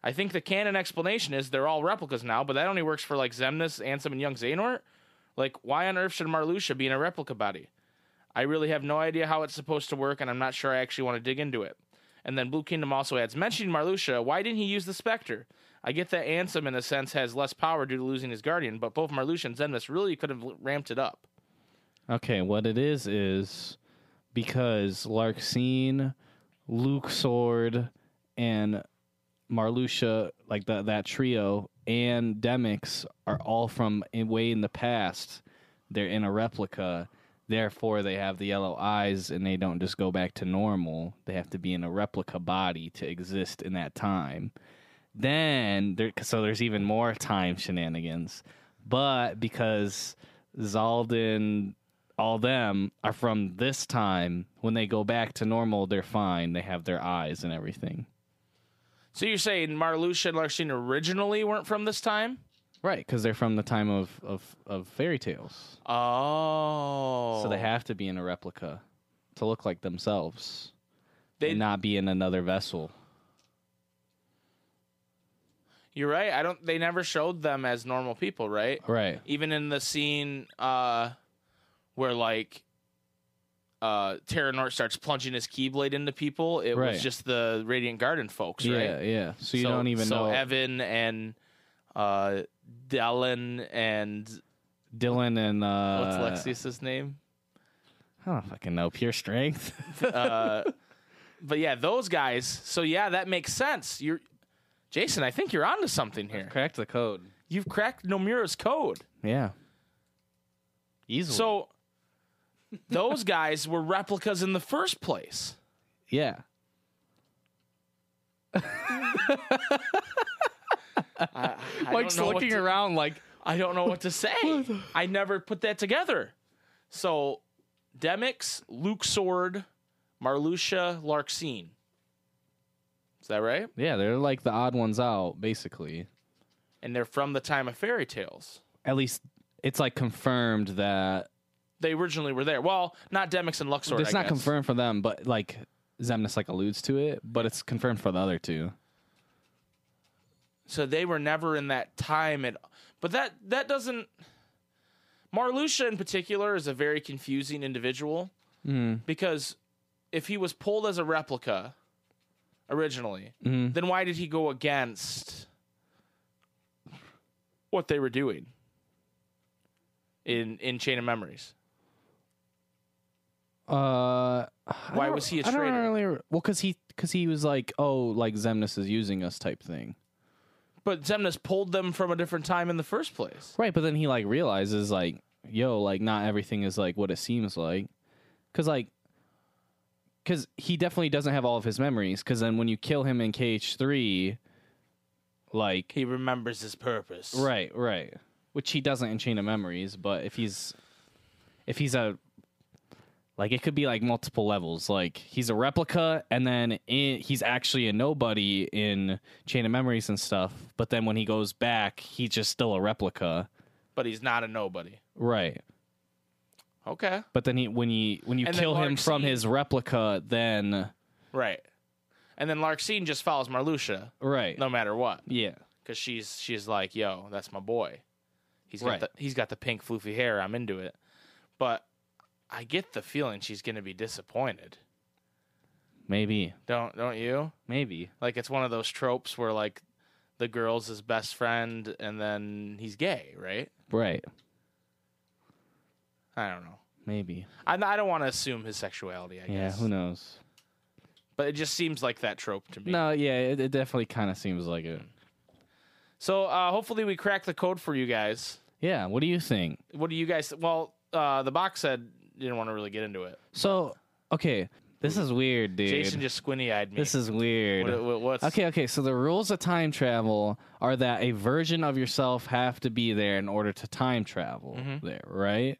S2: I think the canon explanation is they're all replicas now, but that only works for like Zemnis, Ansem, and Young Xehanort. Like, why on earth should Marluxia be in a replica body? I really have no idea how it's supposed to work, and I'm not sure I actually want to dig into it. And then Blue Kingdom also adds, mentioning Marluxia, why didn't he use the Spectre? I get that Ansem, in a sense, has less power due to losing his Guardian, but both Marluxia and Zemnis really could have ramped it up.
S4: Okay, what it is is because Larxene, Luke Sword, and Marluxia, like that that trio, and Demix are all from in- way in the past. They're in a replica. Therefore, they have the yellow eyes and they don't just go back to normal. They have to be in a replica body to exist in that time. Then, there, so there's even more time shenanigans. But because Zaldin, all them are from this time, when they go back to normal, they're fine. They have their eyes and everything.
S2: So you're saying Marluxia and Larxene originally weren't from this time?
S4: Right, because they're from the time of, of, of fairy tales.
S2: Oh.
S4: So they have to be in a replica to look like themselves
S2: They-
S4: and not be in another vessel.
S2: You're right. I don't. They never showed them as normal people, right?
S4: Right.
S2: Even in the scene uh, where like uh, Terranort starts plunging his Keyblade into people, it
S4: Right.
S2: was just the Radiant Garden folks,
S4: Yeah,
S2: right?
S4: yeah. So you don't even
S2: so
S4: know.
S2: Evan and uh, Dallin and
S4: Dylan and. Uh,
S2: what's Lexius's name?
S4: I don't fucking know. Pure strength.
S2: Uh, but yeah, those guys. So yeah, that makes sense. You're Jason. I think you're onto something here.
S4: Cracked the code.
S2: You've cracked Nomura's code.
S4: Yeah. Easily.
S2: So those guys were replicas in the first place.
S4: yeah.
S2: I don't know what to-
S4: around like
S2: I don't know what to say. I never put that together. So Demix, Luke Sword, Marluxia, Larxene. Is that right?
S4: Yeah, they're like the odd ones out, basically.
S2: And they're from the time of fairy tales.
S4: At least it's like confirmed that
S2: they originally were there. Well, not Demix and Luxor.
S4: It's
S2: I
S4: not
S2: guess.
S4: confirmed for them, but like Zemnis like alludes to it, but it's confirmed for the other two.
S2: So they were never in that time at. But that that doesn't. Marluxia in particular is a very confusing individual because if he was pulled as a replica originally, then why did he go against what they were doing in in Chain of Memories?
S4: Uh,
S2: Why was he a
S4: I
S2: traitor?
S4: don't really, well, because he because he was like, oh, like Zemnis is using us type thing,
S2: But Zemnis pulled them from a different time in the first place.
S4: right? But then he like realizes like, yo, like not everything is like what it seems like, because like, because he definitely doesn't have all of his memories. Because then when you kill him in KH three, like
S2: He remembers his purpose.
S4: Right, right. Which he doesn't in Chain of Memories, but if he's if he's a like it could be like multiple levels. Like he's a replica, and then i he's actually a nobody in Chain of Memories and stuff. But then when he goes back, he's just still a replica,
S2: But he's not a nobody.
S4: right?
S2: Okay.
S4: But then he when you when you
S2: And then
S4: kill him
S2: Lark
S4: from
S2: Seed.
S4: his replica, then
S2: Right. And then Larxene just follows Marluxia
S4: right,
S2: no matter what
S4: yeah,
S2: cuz she's she's like, "Yo, that's my boy. He's got
S4: Right.
S2: the he's got the pink floofy hair. I'm into it." But I get the feeling she's going to be disappointed.
S4: maybe,
S2: Don't don't you?
S4: maybe,
S2: Like it's one of those tropes where like the girl's his best friend and then he's gay, right?
S4: right,
S2: I don't know.
S4: maybe,
S2: I, I don't want to assume his sexuality, I
S4: yeah.
S2: guess.
S4: Who knows?
S2: But it just seems like that trope to me.
S4: No, yeah, it, it definitely kind of seems like it.
S2: So uh, hopefully we cracked the code for you guys.
S4: Yeah, what do you think?
S2: What do you guys? Well, uh, the box said you didn't want to really get into it.
S4: So okay, this is weird, dude.
S2: Jason just squinty eyed me.
S4: this is weird.
S2: What- what- what's
S4: Okay, okay. So the rules of time travel are that a version of yourself have to be there in order to time travel
S2: Mm-hmm.
S4: there, right?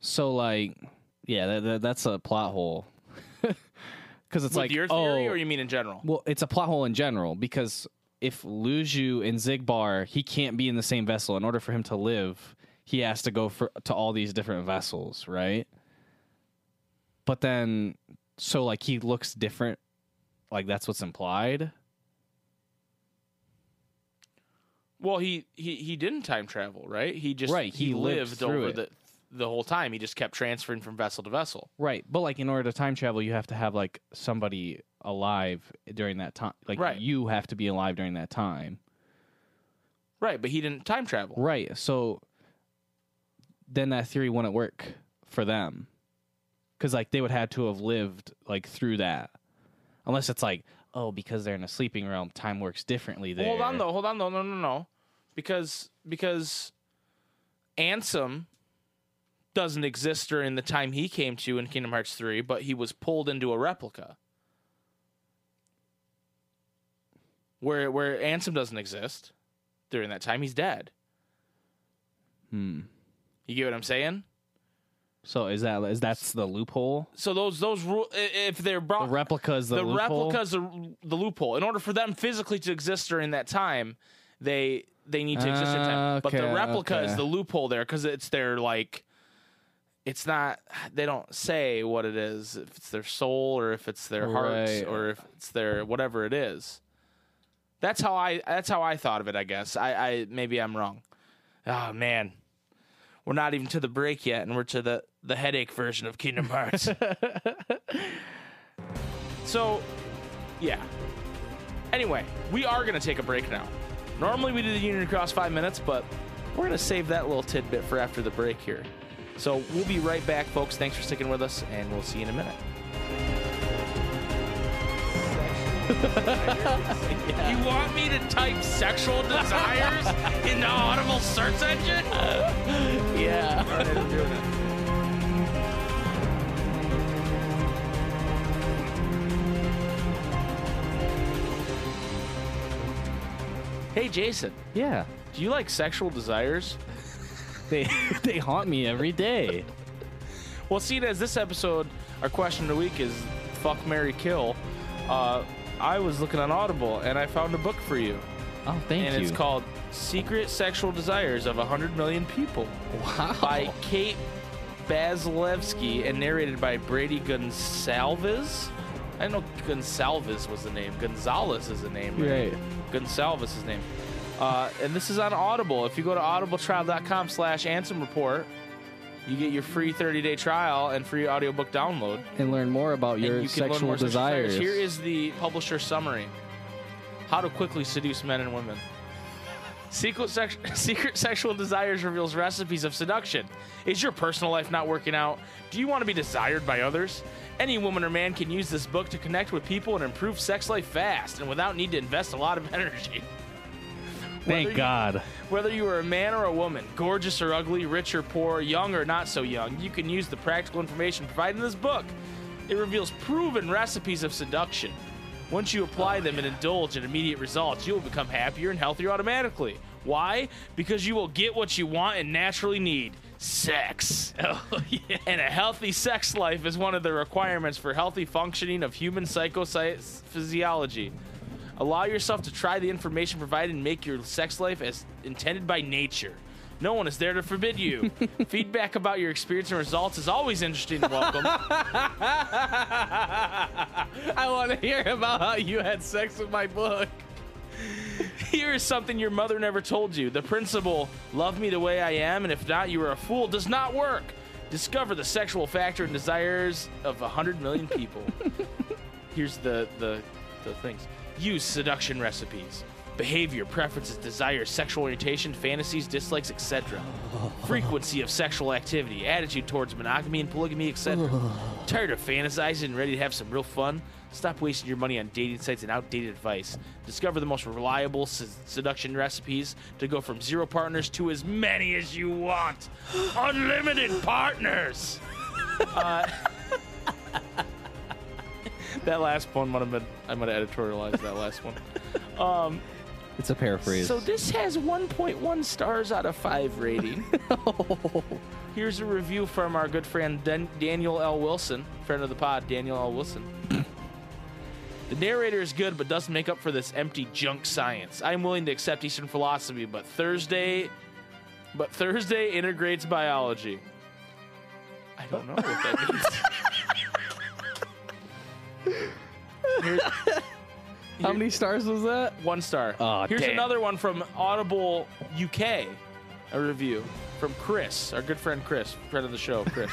S4: So like, yeah, that, that, that's a plot hole. Because it's
S2: With
S4: like,
S2: your theory,
S4: oh,
S2: or you mean in general?
S4: well, it's a plot hole in general because if Luju and Zigbar, he can't be in the same vessel. In order for him to live, he has to go for, to all these different vessels, right? But then, so like he looks different, like that's what's implied.
S2: Well, he he he didn't time travel, right? He just
S4: Right,
S2: He,
S4: he lived
S2: lived,
S4: through
S2: over
S4: it.
S2: the the whole time. He just kept transferring from vessel to vessel.
S4: Right, but like in order to time travel, you have to have like somebody alive during that time. Like
S2: Right.
S4: you have to be alive during that time.
S2: Right, but he didn't time travel.
S4: Right. So then that theory wouldn't work for them. Cuz like they would have to have lived like through that. Unless it's like, oh, because they're in a sleeping realm, time works differently there.
S2: Hold on though. Hold on though. No, no, no. Because because Ansem doesn't exist during the time he came to in Kingdom Hearts 3, but he was pulled into a replica. Where where Ansem doesn't exist during that time, he's dead.
S4: Hmm.
S2: You get what I'm saying?
S4: So is that is that's the loophole?
S2: So those those rule i- if they're brought
S4: The replica is the,
S2: Uh, the
S4: loophole?
S2: replica's the, the loophole. In order for them physically to exist during that time, they they need to exist in time.
S4: Ah,
S2: But the
S4: okay,
S2: replica is
S4: okay.
S2: the loophole there because it's their like, it's not. They don't say what it is if it's their soul or if it's their hearts
S4: Right.
S2: or if it's their whatever it is. That's how I that's how I thought of it. I guess I, I maybe I'm wrong. Oh man, we're not even to the break yet, and we're to the the headache version of Kingdom Hearts. so, yeah. Anyway, we are gonna take a break now. Normally we do the Union Cross five minutes, but we're gonna save that little tidbit for after the break here. So we'll be right back, folks. Thanks for sticking with us, and we'll see you in a minute. You want me to type sexual desires into Audible search engine?
S4: yeah.
S2: Hey, Jason,
S4: Yeah.
S2: do you like sexual desires?
S4: They they haunt me every day.
S2: Well, seeing as this episode, our question of the week is fuck, Mary, kill. Uh, I was looking on Audible and I found a book for you.
S4: Oh, thank
S2: and
S4: you.
S2: it's called Secret Sexual Desires of 100 Million People
S4: wow.
S2: by Kate Basilevsky and narrated by Brady Gonsalves. I know Gonsalves was the name. Gonzalez is the name.
S3: Right.
S2: Gonsalves is his name. Uh, and this is on Audible. If you go to audibletrial.com slash Ansem Report, you get your free 30-day trial and free audiobook download.
S3: and learn more about
S2: And
S3: your
S2: you can learn
S3: sexual
S2: more sexual
S3: desires.
S2: Here is the publisher summary. How to quickly seduce men and women. Secret, sex- secret sexual desires reveals recipes of seduction. Is your personal life not working out? Do you want to be desired by others? Any woman or man can use this book to connect with people and improve sex life fast and without need to invest a lot of energy. Whether
S4: Thank
S2: you-
S4: God.
S2: whether you are a man or a woman, gorgeous or ugly, rich or poor, young or not so young, you can use the practical information provided in this book. It reveals proven recipes of seduction. Once you apply them and indulge in immediate results, you will become happier and healthier automatically. Why? Because you will get what you want and naturally need sex.
S4: Oh, yeah.
S2: And a healthy sex life is one of the requirements for healthy functioning of human psychophysiology. Allow yourself to try the information provided and make your sex life as intended by nature. No one is there to forbid you. Feedback about your experience and results is always interesting and welcome.
S3: I want to hear about how you had sex with my book.
S2: Here is something your mother never told you. The principle, love me the way I am, and if not, you are a fool, does not work. Discover the sexual factor and desires of 100 million people. Here's the, the, the things use seduction recipes behavior, preferences, desires, sexual orientation, fantasies, dislikes, etc. Frequency of sexual activity, attitude towards monogamy and polygamy, etc. Tired of fantasizing and ready to have some real fun? Stop wasting your money on dating sites and outdated advice. Discover the most reliable se- seduction recipes to go from zero partners to as many as you want. Unlimited partners! Uh, that last one might have been, I might have editorialized that last one. Um,
S4: It's a paraphrase.
S2: so this has 1.1 stars out of 5 rating. Here's a review from our good friend Dan- Daniel L. Wilson, friend of the pod, Daniel L. Wilson. the narrator is good, but doesn't make up for this empty junk science. I'm willing to accept Eastern philosophy, but Thursday, but Thursday integrates biology. I don't know what that means.
S3: How many stars was that?
S2: One star.
S4: Aw,
S2: Here's
S4: damn.
S2: another one from Audible UK, a review from Chris, our good friend Chris, friend of the show, Chris.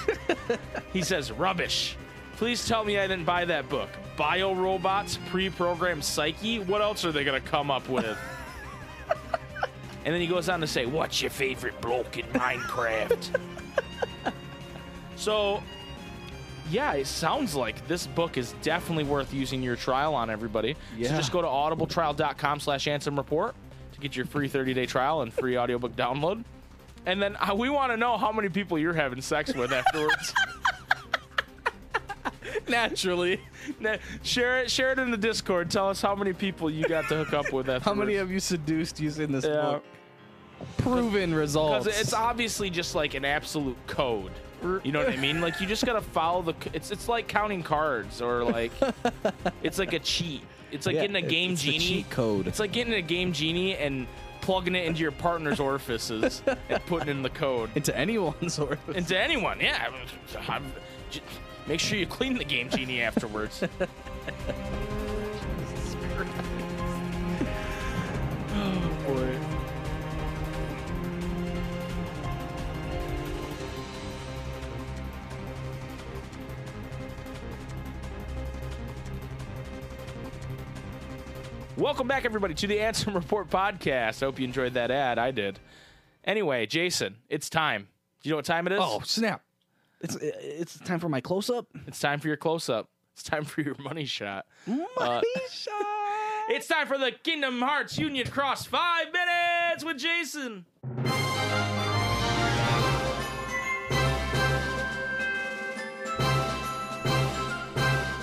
S2: he says, rubbish. Please tell me I didn't buy that book. Bio robots, pre programmed psyche. What else are they going to come up with? and then he goes on to say, What's your favorite bloke in Minecraft? so, yeah, it sounds like this book is definitely worth using your trial on everybody. So
S3: Yeah.
S2: just go to audibletrial.com slash Ansem Report to get your free 30-day trial and free audiobook download. And then uh, we want to know how many people you're having sex with afterwards.
S3: Naturally.
S2: Now, share it share it in the Discord. Tell us how many people you got to hook up with afterwards.
S3: How many of you seduced using this
S2: Yeah.
S3: book? Proven results.
S2: Because it's obviously just like an absolute code. You know what I mean? Like you just gotta follow the. c- It's it's like counting cards or like, it's like a cheat. It's like
S4: Yeah,
S2: getting a
S4: it's-
S2: game
S4: it's the
S2: genie
S4: cheat code.
S2: It's like getting a game genie and plugging it into your partner's orifices and putting in the code.
S3: into anyone's or
S2: And to anyone, yeah. I'm- I'm- j- make sure you clean the game genie afterwards. Welcome back, everybody, to the Ansem Report podcast. I hope you enjoyed that ad. I did. Anyway, Jason, it's time. Do you know what time it is?
S4: oh snap! It's it's time for my close up.
S2: It's time for your close up. It's time for your money shot. Uh, It's time for the Kingdom Hearts Union Cross five minutes with Jason.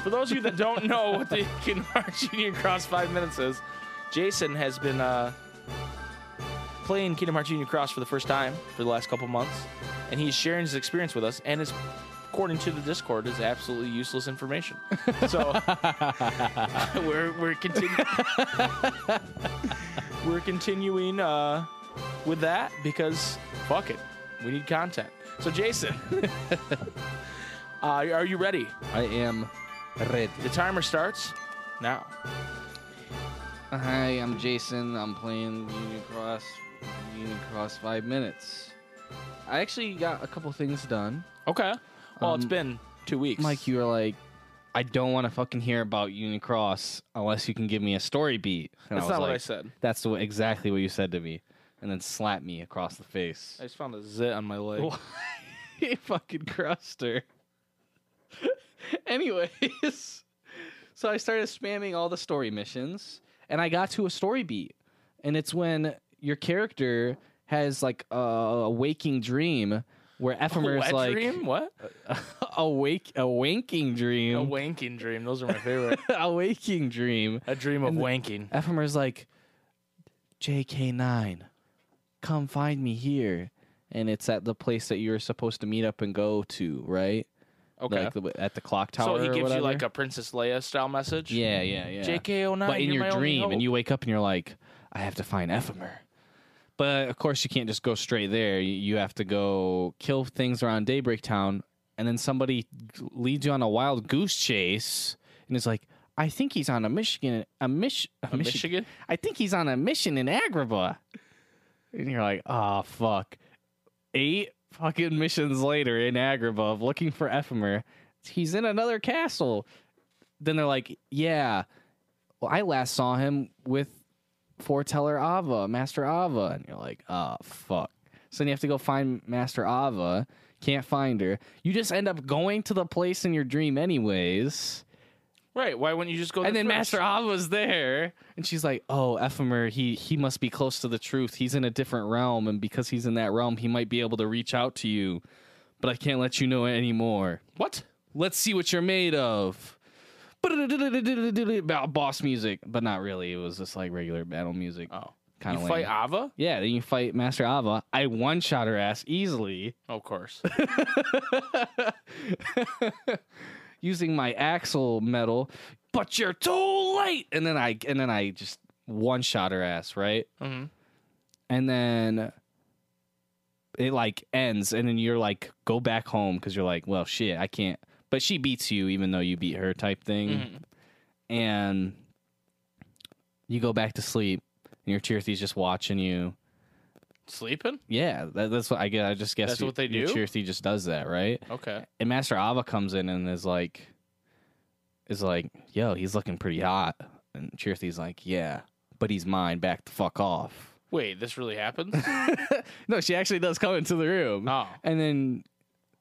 S2: For those of you that don't know what the Kingdom Hearts Union Cross five minutes is, Jason has been uh, playing Kingdom Hearts Union Cross for the first time for the last couple months, and he's sharing his experience with us. And it's according to the Discord, is absolutely useless information. So we're we're continuing. we're continuing uh, with that because fuck it, we need content. So Jason, uh, are you ready?
S4: I am red.
S2: The timer starts now.
S4: Hi, I'm Jason. I'm playing Union Cross. Union Cross five minutes. I actually got a couple things done.
S2: Okay. Well, it's
S4: Um,
S2: been two weeks.
S4: Mike, you were like, I don't want to fucking hear about Union Cross unless you can give me a story beat. And
S2: That's
S4: was
S2: not what I
S4: like,
S2: said.
S4: That's the, exactly what you said to me, and then slapped me across the face.
S2: I just found a zit on my leg.
S4: he fucking crushed her. Anyways, so I started spamming all the story missions, and I got to a story beat, and it's when your character has like a, a waking dream where Ephemer's
S2: Wet
S4: like
S2: dream? What?
S4: a wake a wanking
S2: A
S4: dream,
S2: wanking dream. Those are my favorite.
S4: a waking dream.
S2: a dream of wanking.
S4: Ephemer's like, JK9, come find me here. And it's at the place that you were supposed to meet up and go to, right?
S2: Okay.
S4: Like the, at the clock
S2: so
S4: tower.
S2: he
S4: or
S2: gives you
S4: whatever?
S2: like a Princess Leia style message.
S4: Yeah, yeah, yeah.
S2: JK09.
S4: But in
S2: you're
S4: your
S2: my only
S4: dream,
S2: hope.
S4: and you wake up and you're like, I have to find Ephemer. But of course, you can't just go straight there. You- You have to go kill things around Daybreak Town, and then somebody leads you on a wild goose chase, and is like, "I think he's on a Michigan, a, Mich- a, Michi-
S2: Michigan?
S4: I think he's on a mission in Agrabah." And you're like, "Ah, fuck!" Eight fucking missions later in Agrabah, of looking for Ephemer, he's in another castle. Then they're like, "Yeah, well, I last saw him with foreteller Ava, Master Ava. And you're like, oh, fuck. So then you have to go find Master Ava. Can't find her. You just end up going to the place in your dream, anyways.
S2: Right. Why wouldn't you just go?
S4: And
S2: there
S4: then
S2: first?
S4: Master Ava's there. And she's like, oh, Ephemer, he, he must be close to the truth. He's in a different realm. And because he's in that realm, he might be able to reach out to you. But I can't let you know it anymore.
S2: What?
S4: Let's see what you're made of. Boss music, but not really. It was just like regular battle music.
S2: Oh.
S4: kind
S2: you
S4: of
S2: fight
S4: like
S2: Ava?
S4: yeah. Then you fight Master Ava. I one shot her ass easily
S2: Of course.
S4: using my axle metal. But you're too late. And then I and then I just one shot her ass right.
S2: hmm
S4: and then it like ends and then you're like go back home because you're like well shit i can't but she beats you even though you beat her type thing
S2: Mhm.
S4: and you go back to sleep and your Tirthy's just watching you
S2: Sleeping?
S4: yeah that, that's what i get i just guess
S2: That's
S4: your-
S2: what they
S4: your
S2: do?
S4: Tirthy just does that right
S2: Okay.
S4: and master ava comes in and is like is like yo he's looking pretty hot and Tirthy's like yeah but he's mine back the fuck off
S2: Wait, this really happens?
S4: no, she actually does come into the room.
S2: Oh.
S4: And then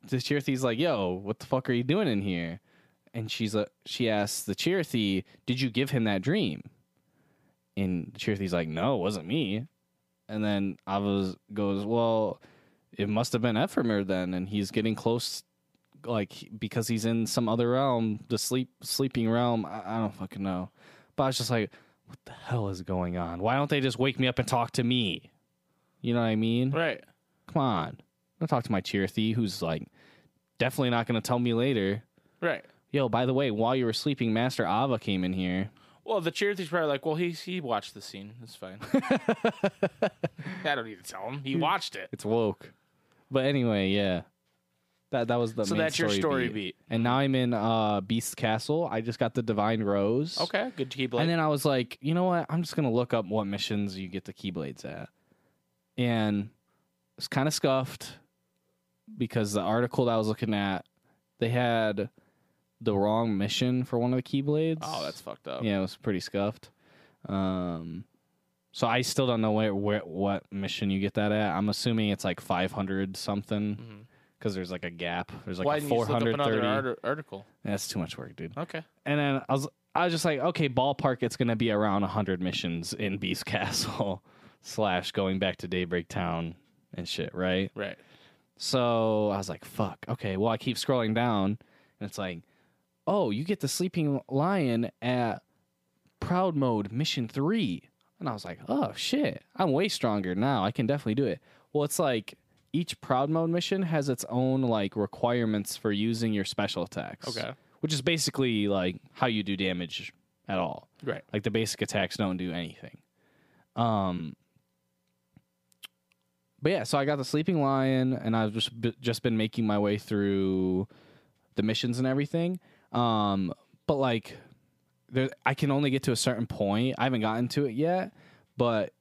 S4: the Cheerthy's like, yo, what the fuck are you doing in here? And she's like, she asks the Cheerthy, did you give him that dream? And the Cheerthy's like, no, it wasn't me. And then Ava goes, well, it must have been Ephemer then. And he's getting close, like, because he's in some other realm, the sleep sleeping realm. I, I don't fucking know. But I was just like, what the hell is going on? Why don't they just wake me up and talk to me? You know what I mean?
S2: right.
S4: come on. Don't talk to my Cheerthy, who's like definitely not going to tell me later.
S2: Right.
S4: Yo, by the way, while you were sleeping, Master Ava came in here.
S2: Well, the Cheerthy's probably like, well, he he watched the scene. It's fine. I don't need to tell him. He
S4: Hmm.
S2: watched it.
S4: It's woke. But anyway, yeah. That that was the
S2: So
S4: main
S2: that's your story beat.
S4: And now I'm in uh Beast Castle. I just got the Divine Rose.
S2: Okay. Good to keep like.
S4: And then I was like, you know what? I'm just gonna look up what missions you get the keyblades at. And it's kind of scuffed because the article that I was looking at, they had the wrong mission for one of the keyblades.
S2: oh, that's fucked up.
S4: yeah, it was pretty scuffed. Um, so I still don't know where, where what mission you get that at. I'm assuming it's like 500 something
S2: Mhm.
S4: because there's like a gap. There's like
S2: Why
S4: a
S2: didn't you just look up
S4: 430.
S2: another arti- article?
S4: That's too much work, dude
S2: Okay.
S4: and then I was I was just like, okay, ballpark, it's gonna be around hundred missions in Beast Castle slash going back to Daybreak Town and shit, right?
S2: Right.
S4: So I was like, fuck, okay. Well, I keep scrolling down, and it's like, oh, you get the sleeping lion at Proud Mode Mission Three, and I was like, oh shit, I'm way stronger now. I can definitely do it. Well, it's like each Proud Mode mission has its own like requirements for using your special attacks
S2: Okay.
S4: which is basically like how you do damage at all.
S2: Right.
S4: Like the basic attacks don't do anything. Um, but yeah, so I got the Sleeping Lion, and I've just b- just been making my way through the missions and everything. Um, but like, there I can only get to a certain point. I haven't gotten to it yet, but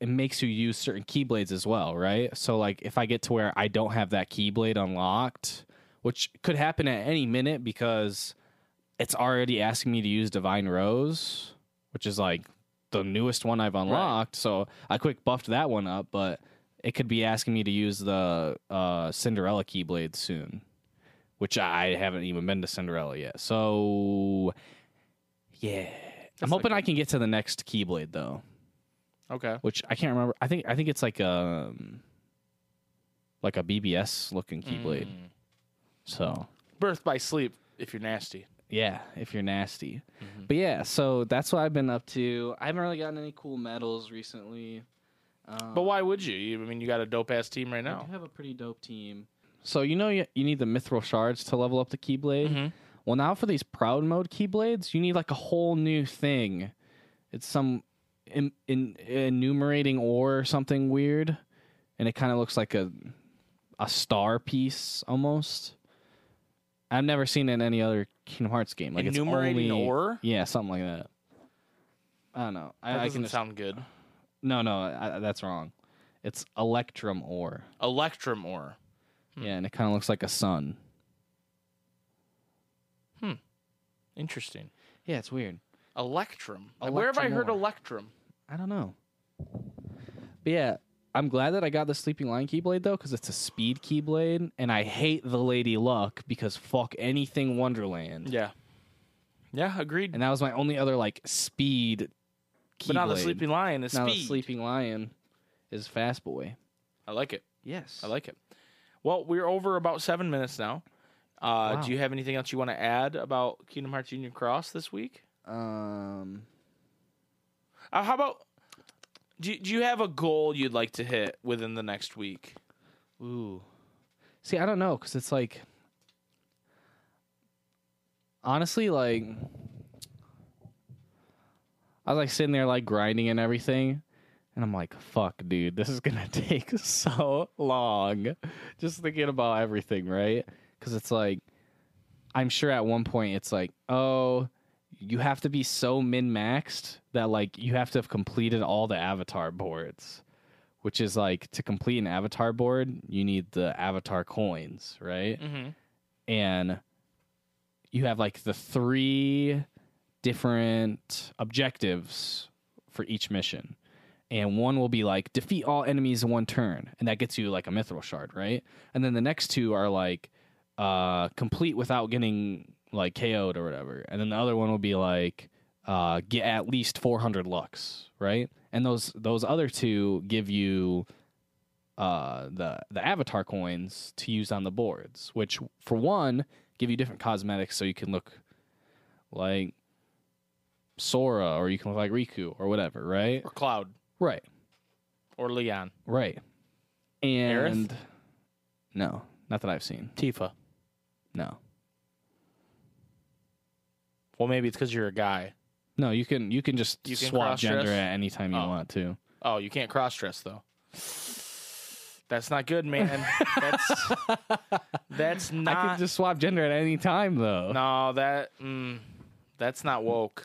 S4: it makes you use certain keyblades as well, right? So like, if I get to where I don't have that keyblade unlocked, which could happen at any minute because it's already asking me to use Divine Rose, which is like the newest one I've unlocked. So I quick buffed that one up, but it could be asking me to use the uh, Cinderella Keyblade soon, which I haven't even been to Cinderella yet. So yeah, I'm hoping I can get to the next Keyblade though,
S2: Okay.
S4: which I can't remember. I think I think it's like um like a BBS looking Keyblade. So
S2: Birth by sleep. If you're nasty.
S4: yeah, if you're nasty. But yeah, so that's what I've been up to. I haven't really gotten any cool medals recently.
S2: But why would you? you? I mean, you got a dope ass team right now.
S4: I have a pretty dope team. So you know you, you need the mithril shards to level up the keyblade.
S2: Mm-hmm.
S4: Well, now for these proud mode keyblades, you need like a whole new thing. It's some in, in, enumerating ore or something weird, and it kind of looks like a a star piece almost. I've never seen it in any other Kingdom Hearts game. Like
S2: Enumerating
S4: it's only,
S2: ore?
S4: yeah, something like that. I don't know.
S2: That
S4: I, I
S2: doesn't
S4: can
S2: sound good.
S4: no, no, I, that's wrong. It's electrum ore.
S2: Electrum ore. Hmm.
S4: Yeah, and it kind of looks like a sun.
S2: Interesting.
S4: Yeah, it's weird.
S2: Electrum. Where have I
S4: Electrum
S2: heard
S4: ore.
S2: electrum?
S4: I don't know. But yeah, I'm glad that I got the Sleeping Lion Keyblade though, because it's a speed Keyblade, and I hate the Lady Luck because fuck anything Wonderland.
S2: Yeah. Yeah, agreed.
S4: And that was my only other like speed. Keyblade.
S2: But now the sleeping lion is
S4: Now the
S2: speed.
S4: Sleeping Lion is Fast Boy.
S2: I like it.
S4: Yes.
S2: I like it. Well, we're over about seven minutes now. Uh, Do you have anything else you want to add about Kingdom Hearts Union Cross this week?
S4: Um.
S2: Uh, how about do do you have a goal you'd like to hit within the next week?
S4: Ooh. See, I don't know because it's like, honestly, like, I was like sitting there like grinding and everything, and I'm like, "Fuck, dude, this is gonna take so long." Just thinking about everything, right? Because it's like, I'm sure at one point it's like, "Oh, you have to be so min maxed that like you have to have completed all the avatar boards." which is like to complete an avatar board, you need the avatar coins, right?
S2: Mhm.
S4: And you have like the three different objectives for each mission. And one will be like defeat all enemies in one turn, and that gets you like a mithril shard, right? And then the next two are like uh complete without getting like KO'd or whatever. And then the other one will be like uh, get at least 400 lux, right? And those those other two give you uh, the the avatar coins to use on the boards, which for one give you different cosmetics, so you can look like Sora or you can look like Riku or whatever, right?
S2: Or Cloud
S4: Right,
S2: or Leon?
S4: right.
S2: Aerith?
S4: And no, not that I've seen.
S2: Tifa.
S4: No,
S2: Well, maybe it's because you're a guy.
S4: no, you can you can just
S2: You can
S4: swap
S2: cross-dress?
S4: gender at any time you
S2: Oh.
S4: want to.
S2: Oh, you can't cross dress though. That's not good, man. That's that's not.
S4: I can just swap gender at any time though.
S2: No, that mm, that's not woke.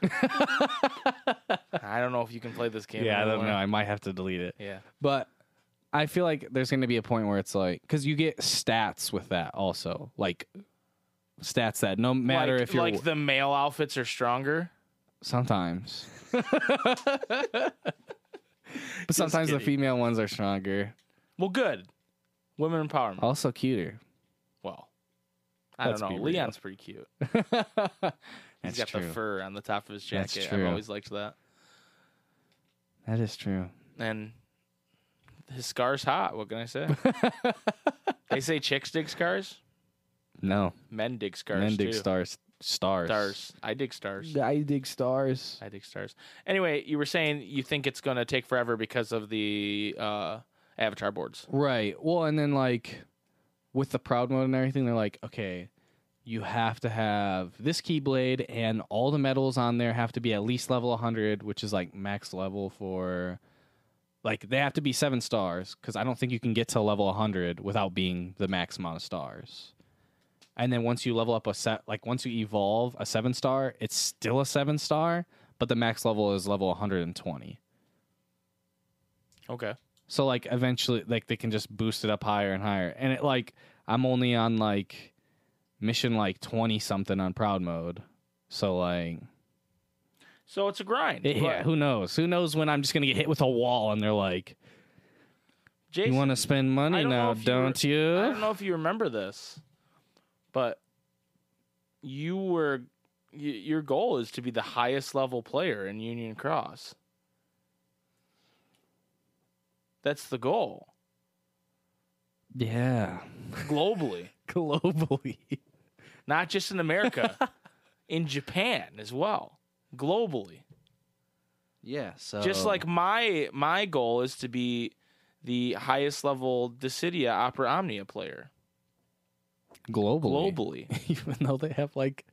S2: I don't know if you can play this game.
S4: Yeah, I don't
S2: anymore.
S4: know. I might have to delete it.
S2: Yeah,
S4: But I feel like there's going to be a point where it's like, because you get stats with that also, like stats that no matter
S2: like,
S4: if you're
S2: like the male outfits are stronger.
S4: sometimes. but sometimes the
S2: kidding.
S4: female ones are stronger,
S2: Well, good. Women empowerment.
S4: also cuter.
S2: Well, I don't
S4: Let's
S2: know.
S4: be real.
S2: Leon's pretty cute. He's
S4: That's
S2: got
S4: true.
S2: the fur on the top of his
S4: That's
S2: jacket. I've
S4: true.
S2: always liked that.
S4: that is true.
S2: And his scar's hot. What can I say? they say chicks dig scars.
S4: No,
S2: Men dig scars.
S4: men dig
S2: too.
S4: stars. Stars.
S2: Stars. I dig stars.
S4: I dig stars.
S2: I dig stars. Anyway, you were saying you think it's going to take forever because of the uh, avatar boards.
S4: Right. Well, and then like with the proud mode and everything, they're like, okay, you have to have this keyblade and all the medals on there have to be at least level 100, which is like max level for like they have to be seven stars because I don't think you can get to level 100 without being the max amount of stars. And then once you level up a set, like once you evolve a seven star, it's still a seven star, but the max level is level 120.
S2: Okay.
S4: So like eventually, like they can just boost it up higher and higher. And it like I'm only on like mission like 20 something on proud mode. So like
S2: So it's a grind.
S4: it- yeah,
S2: but-
S4: who knows? Who knows when I'm just gonna get hit with a wall and they're like,
S2: Jason,
S4: "You want to spend
S2: I
S4: money
S2: don't know
S4: now,
S2: if you
S4: don't
S2: were-
S4: you?"
S2: I don't know if you remember this, but you were y- your goal is to be the highest level player in Union Cross. That's the goal
S4: Yeah,
S2: globally,
S4: globally.
S2: not just in America, in Japan as well, globally.
S4: Yeah, so
S2: Just like my my goal is to be the highest level Decidia Opera Omnia player
S4: globally,
S2: globally.
S4: even though they have like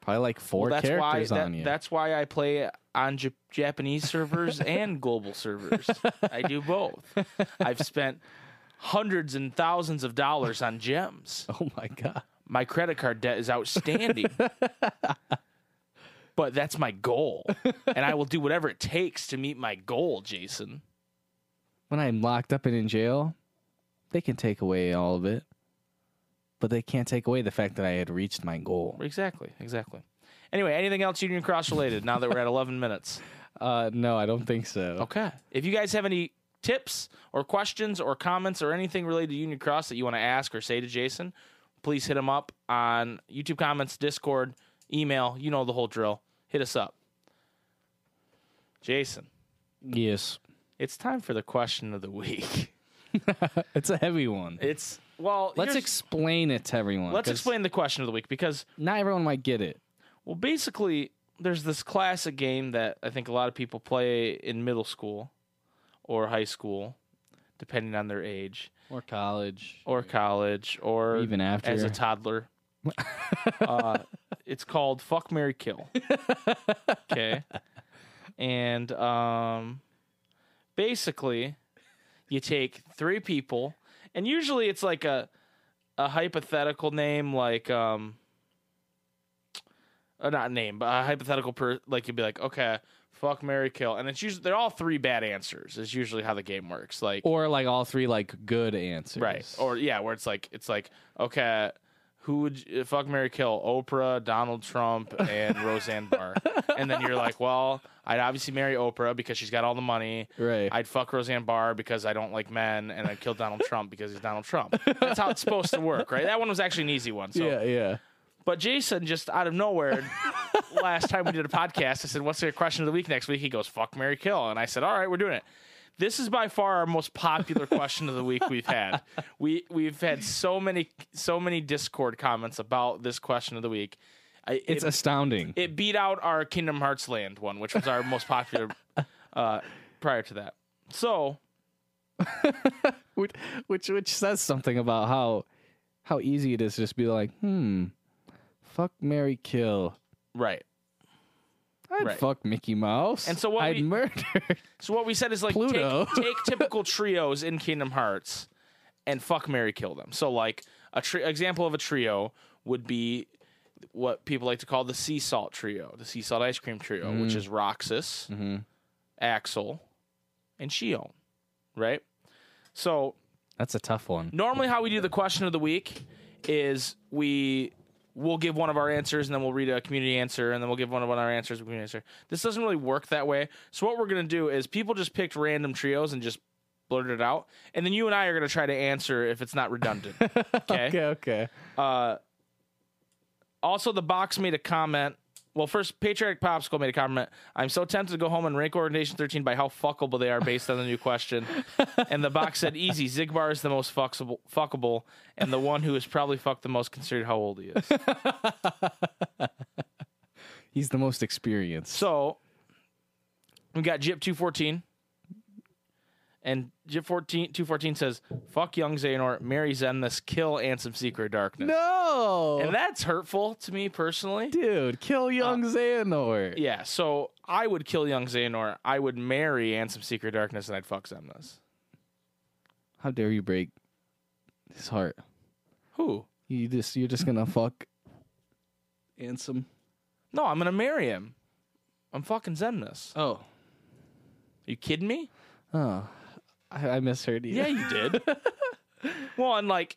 S4: probably like four
S2: Well,
S4: characters
S2: why, that-
S4: on you.
S2: That's why I play on J- Japanese servers and global servers. I do both. I've spent hundreds and thousands of dollars on gems.
S4: oh my god.
S2: My credit card debt is outstanding. but that's my goal. And I will do whatever it takes to meet my goal, Jason.
S4: When I'm locked up and in jail, they can take away all of it, but they can't take away the fact that I had reached my goal.
S2: Exactly. Exactly. Anyway, anything else Union Cross related now that we're at 11 minutes?
S4: Uh, no, I don't think so.
S2: Okay. If you guys have any tips or questions or comments or anything related to Union Cross that you want to ask or say to Jason, please hit him up on YouTube comments, Discord, email. You know the whole drill. Hit us up. Jason,
S4: Yes,
S2: it's time for the question of the week.
S4: it's a heavy one.
S2: It's well,
S4: Let's
S2: here's-
S4: explain it to everyone.
S2: let's
S4: 'cause
S2: explain the question of the week because
S4: Not everyone might get it.
S2: well, basically, there's this classic game that I think a lot of people play in middle school or high school, depending on their age.
S4: Or college.
S2: or college or
S4: Even after.
S2: as a toddler. uh, it's called Fuck Mary Kill. Okay. And um, basically, you take three people, and usually it's like a a hypothetical name, like um, uh, not name, but a hypothetical per. Like you'd be like, okay, fuck Mary Kill, and it's usually they're all three bad answers. Is usually how the game works. Like
S4: Or like all three like good answers.
S2: right or yeah where it's like it's like okay who would you, fuck Mary kill Oprah Donald Trump and Roseanne Barr and then you're like well I'd obviously marry Oprah because she's got all the money
S4: Right.
S2: I'd fuck Roseanne Barr because I don't like men and I'd kill Donald Trump because he's Donald Trump that's how it's supposed to work right that one was actually an easy one so
S4: yeah, yeah.
S2: but Jason just out of nowhere last time we did a podcast I said what's your question of the week next week he goes fuck Mary kill and I said all right we're doing it this is by far our most popular question of the week we've had. We we've had so many so many Discord comments about this question of the week. I,
S4: It's
S2: it,
S4: astounding.
S2: it beat out our Kingdom Hearts Land one, which was our most popular uh, prior to that. So
S4: which, which which says something about how how easy it is to just be like, hmm, fuck Mary Kill.
S2: right.
S4: I'd
S2: Right.
S4: fuck Mickey Mouse.
S2: And so what
S4: I'd
S2: we-
S4: murder.
S2: So what we said is like
S4: Pluto.
S2: Take, take typical trios in Kingdom Hearts and fuck Mary kill them. So like a tri- example of a trio would be what people like to call the sea salt trio, the sea salt ice cream trio, which is Roxas,
S4: Mm-hmm.
S2: Axel, and Shion, right? So
S4: That's a tough one.
S2: Um, normally how we do the question of the week is we will give one of our answers and then we'll read a community answer and then we'll give one of our answers a community answer. This doesn't really work that way. So what we're gonna do is people just picked random trios and just blurted it out, and then you and I are gonna try to answer if it's not redundant. okay.
S4: Okay, okay.
S2: Uh, also, the box made a comment. Well, first, Patriotic Popsicle made a comment. I'm so tempted to go home and rank Ordination 13 by how fuckable they are based on the new question. and the box said, easy, Zigbar is the most fucksable, fuckable, and the one who is probably fucked the most considering how old he is.
S4: He's the most experienced.
S2: so, we got Jip214 And 14, 214 says, fuck young Xehanort, marry Zenless, kill Ansem Seeker of Darkness.
S4: No,
S2: And that's hurtful to me personally.
S4: dude,
S2: Uh,
S4: kill young Xehanort.
S2: Yeah, so I would kill young Xehanort. I would marry Ansem Seeker of Darkness and I'd fuck Zenless.
S4: How dare you break his heart?
S2: Who?
S4: You just you're just gonna fuck Ansem.
S2: No, I'm going to marry him. I'm fucking Zenless. Are
S4: Oh,
S2: you kidding me?
S4: oh, I, I misheard you.
S2: Yeah, you did. well, and like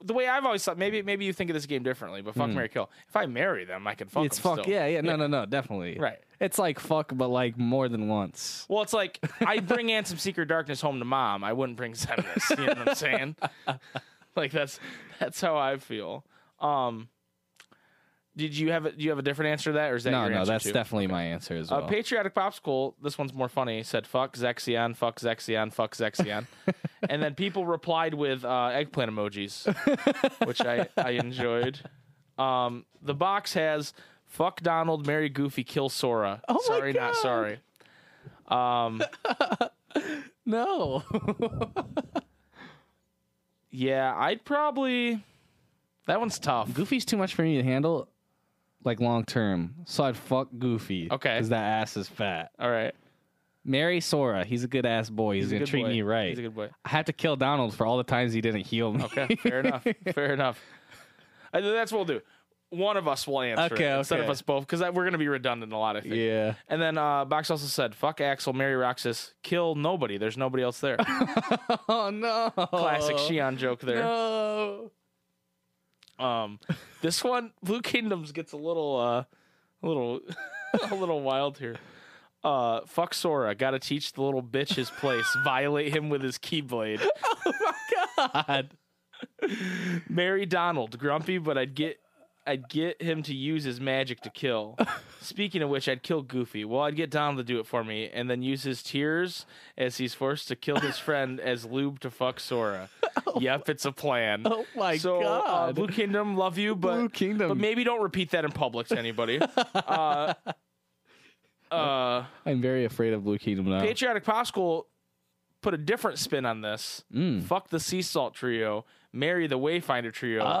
S2: the way I've always thought, maybe maybe you think of this game differently, but fuck Mary Kill. If I marry them, I can fuck
S4: Hmm. it's
S2: them
S4: fuck.
S2: still.
S4: Yeah, yeah. No, no, no. Definitely.
S2: Right.
S4: It's like fuck, but like more than once.
S2: Well, it's like I bring Ansem Secret Darkness home to mom. I wouldn't bring Xehanort. you know what I'm saying? like that's that's how I feel. Um, did you have a, do you have a different answer to that, or is that
S4: No,
S2: your
S4: no.
S2: answer
S4: That's
S2: too?
S4: definitely my answer as
S2: Uh,
S4: well.
S2: Patriotic Popsicle, this one's more funny, said, fuck Zexion, fuck Zexion, fuck Zexion. and then people replied with uh, eggplant emojis, which I, I enjoyed. Um, the box has, fuck Donald, marry Goofy, kill Sora.
S4: Oh my
S2: sorry, not
S4: God.
S2: sorry. Um,
S4: no.
S2: yeah, I'd probably. That one's tough.
S4: Goofy's too much for me to handle, like long term. So I'd fuck Goofy.
S2: Okay.
S4: Because that ass is fat.
S2: All right.
S4: Marry Sora. He's a good ass boy. He's,
S2: a
S4: gonna
S2: good
S4: treat
S2: boy.
S4: me right.
S2: He's a good boy.
S4: I had to kill Donald for all the times he didn't heal me.
S2: Okay, fair enough. Fair enough. I, that's what we'll do. One of us will answer
S4: Okay,
S2: it instead of
S4: okay.
S2: us both because we're going to be redundant in a lot of things.
S4: Yeah.
S2: And then uh, Box also said, "Fuck Axel, marry Roxas, kill nobody. There's nobody else there."
S4: Oh no.
S2: Classic
S4: Oh.
S2: Shion joke there.
S4: No.
S2: Um, this one, Blue Kingdoms gets a little, uh, a little, a little wild here. Uh, fuck Sora. Got to teach the little bitch his place. Violate him with his keyblade.
S4: Oh God.
S2: Marry Donald. Grumpy, but I'd get. I'd get him to use his magic to kill. Speaking of which, I'd kill Goofy. Well, I'd get Donald to do it for me and then use his tears as he's forced to kill his friend as lube to fuck Sora. yep, it's a plan.
S4: Oh my
S2: so, Uh,
S4: God.
S2: Blue Kingdom, love you, but
S4: Blue Kingdom.
S2: but maybe don't repeat that in public to anybody. uh, uh,
S4: I'm very afraid of Blue Kingdom now.
S2: Patriotic Popsicle put a different spin on this.
S4: Mm.
S2: Fuck the Sea Salt Trio. Marry the Wayfinder Trio. Kill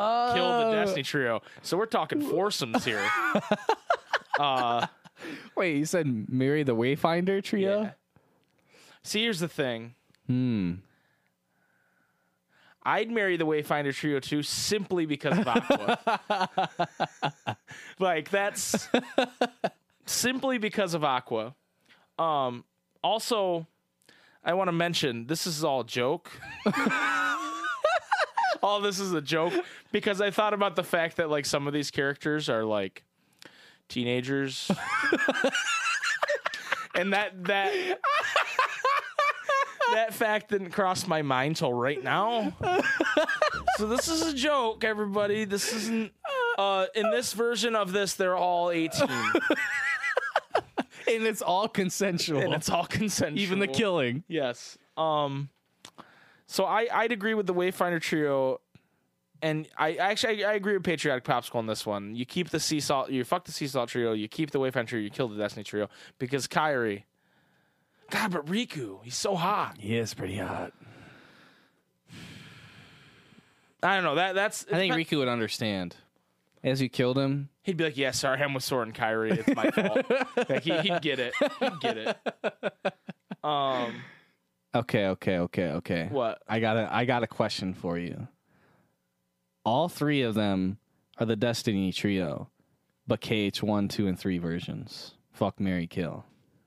S2: the
S4: Oh.
S2: Destiny Trio. So we're talking foursomes here. uh,
S4: Wait, you said marry the Wayfinder trio?
S2: yeah. See, here's the thing.
S4: Hmm.
S2: I'd marry the Wayfinder Trio too, simply because of Aqua. like that's simply because of Aqua. Um, also, I want to mention this is all a joke. all this is a joke because I thought about the fact that like some of these characters are like teenagers, and that that that fact didn't cross my mind till right now. so this is a joke, everybody. This isn't. Uh, in this version of this, they're all 18,
S4: And it's all consensual.
S2: and it's all consensual.
S4: Even the killing.
S2: Yes. Um. So I I'd agree with the Wayfinder trio, and I actually I, I agree with Patriotic Popsicle on this one. You keep the sea salt. You fuck the sea salt trio. You keep the Wayfinder trio. You kill the Destiny trio because Kyrie. God, but Riku, he's so hot.
S4: He is pretty hot.
S2: I don't know that. That's
S4: I think Riku would understand. As you killed him,
S2: He'd be like, "Yeah, sorry, I'm with Soren Kyrie. It's my fault." like he, he'd get it. He'd get it. Um,
S4: Okay, okay, okay, okay.
S2: What?
S4: I got a I got a question for you. All three of them are the Destiny trio, but KH one, two, and three versions. Fuck Mary Kill.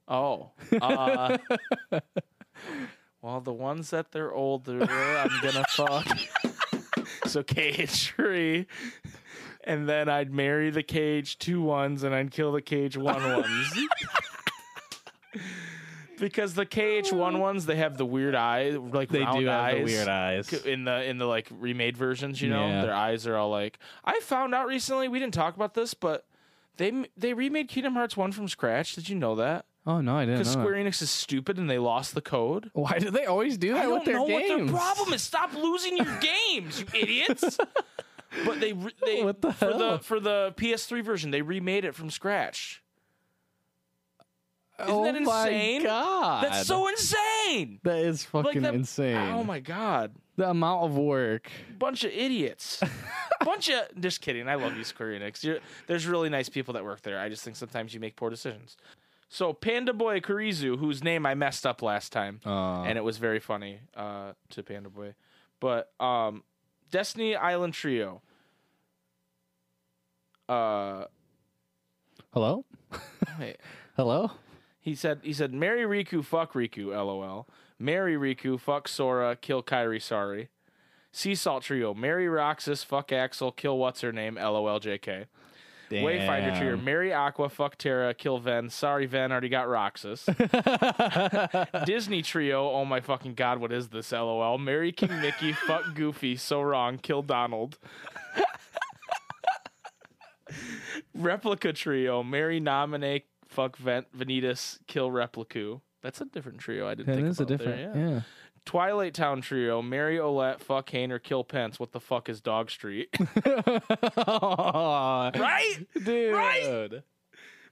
S2: oh, uh, well, the ones that they're older, I'm gonna fuck. so cage three, and then I'd marry the cage two ones, and I'd kill the cage one ones. Because the KH one ones, they have the weird eye, like round eyes.
S4: eyes.
S2: c- in the in the like remade versions you know
S4: Yeah.
S2: their eyes are all like i found out recently we didn't talk about this but they m- they remade kingdom hearts 1 from scratch did you know that
S4: Oh no, I didn't. Know
S2: because
S4: that.
S2: square enix is stupid and they lost the code
S4: Why do they always do that
S2: i don't
S4: with their
S2: know
S4: games?
S2: what their problem is stop losing your games you idiots but they re- they
S4: What the
S2: for
S4: hell?
S2: the for the ps3 version they remade it from scratch Isn't
S4: Oh
S2: that insane?
S3: My God.
S2: That's so insane.
S3: That is fucking
S2: that-
S3: insane.
S2: Oh my god.
S3: The amount of work.
S2: Bunch of idiots. Bunch of just kidding. I love you, Square Enix. You're, there's really nice people that work there. I just think sometimes you make poor decisions. So Panda Boy Kurizu, whose name I messed up last time,
S4: Uh,
S2: and it was very funny uh, to Panda Boy. But um, Destiny Island Trio. Uh,
S4: hello,
S2: wait.
S4: hello.
S2: He said he said marry Riku, fuck Riku, lol. Marry Riku, fuck Sora, kill Kairi sorry. Sea Salt Trio, marry Roxas, fuck Axel, kill what's her name, lol JK. Wayfinder Trio, marry Aqua, fuck Terra, kill Ven. Sorry Ven, already got Roxas. Disney Trio, oh my fucking god, what is this? LOL. Marry King Mickey, fuck Goofy, so wrong, kill Donald. Replica Trio, marry Nominate, fuck Vent Vanitas, kill Replicu. That's a different trio. I didn't
S4: It
S2: think
S4: is a
S2: about there,
S4: different.
S2: yeah.
S4: yeah.
S2: Twilight Town Trio, marry Olette, fuck Hain, or kill Pence. What the fuck is Dog Street? right?
S3: Dude.
S2: Right?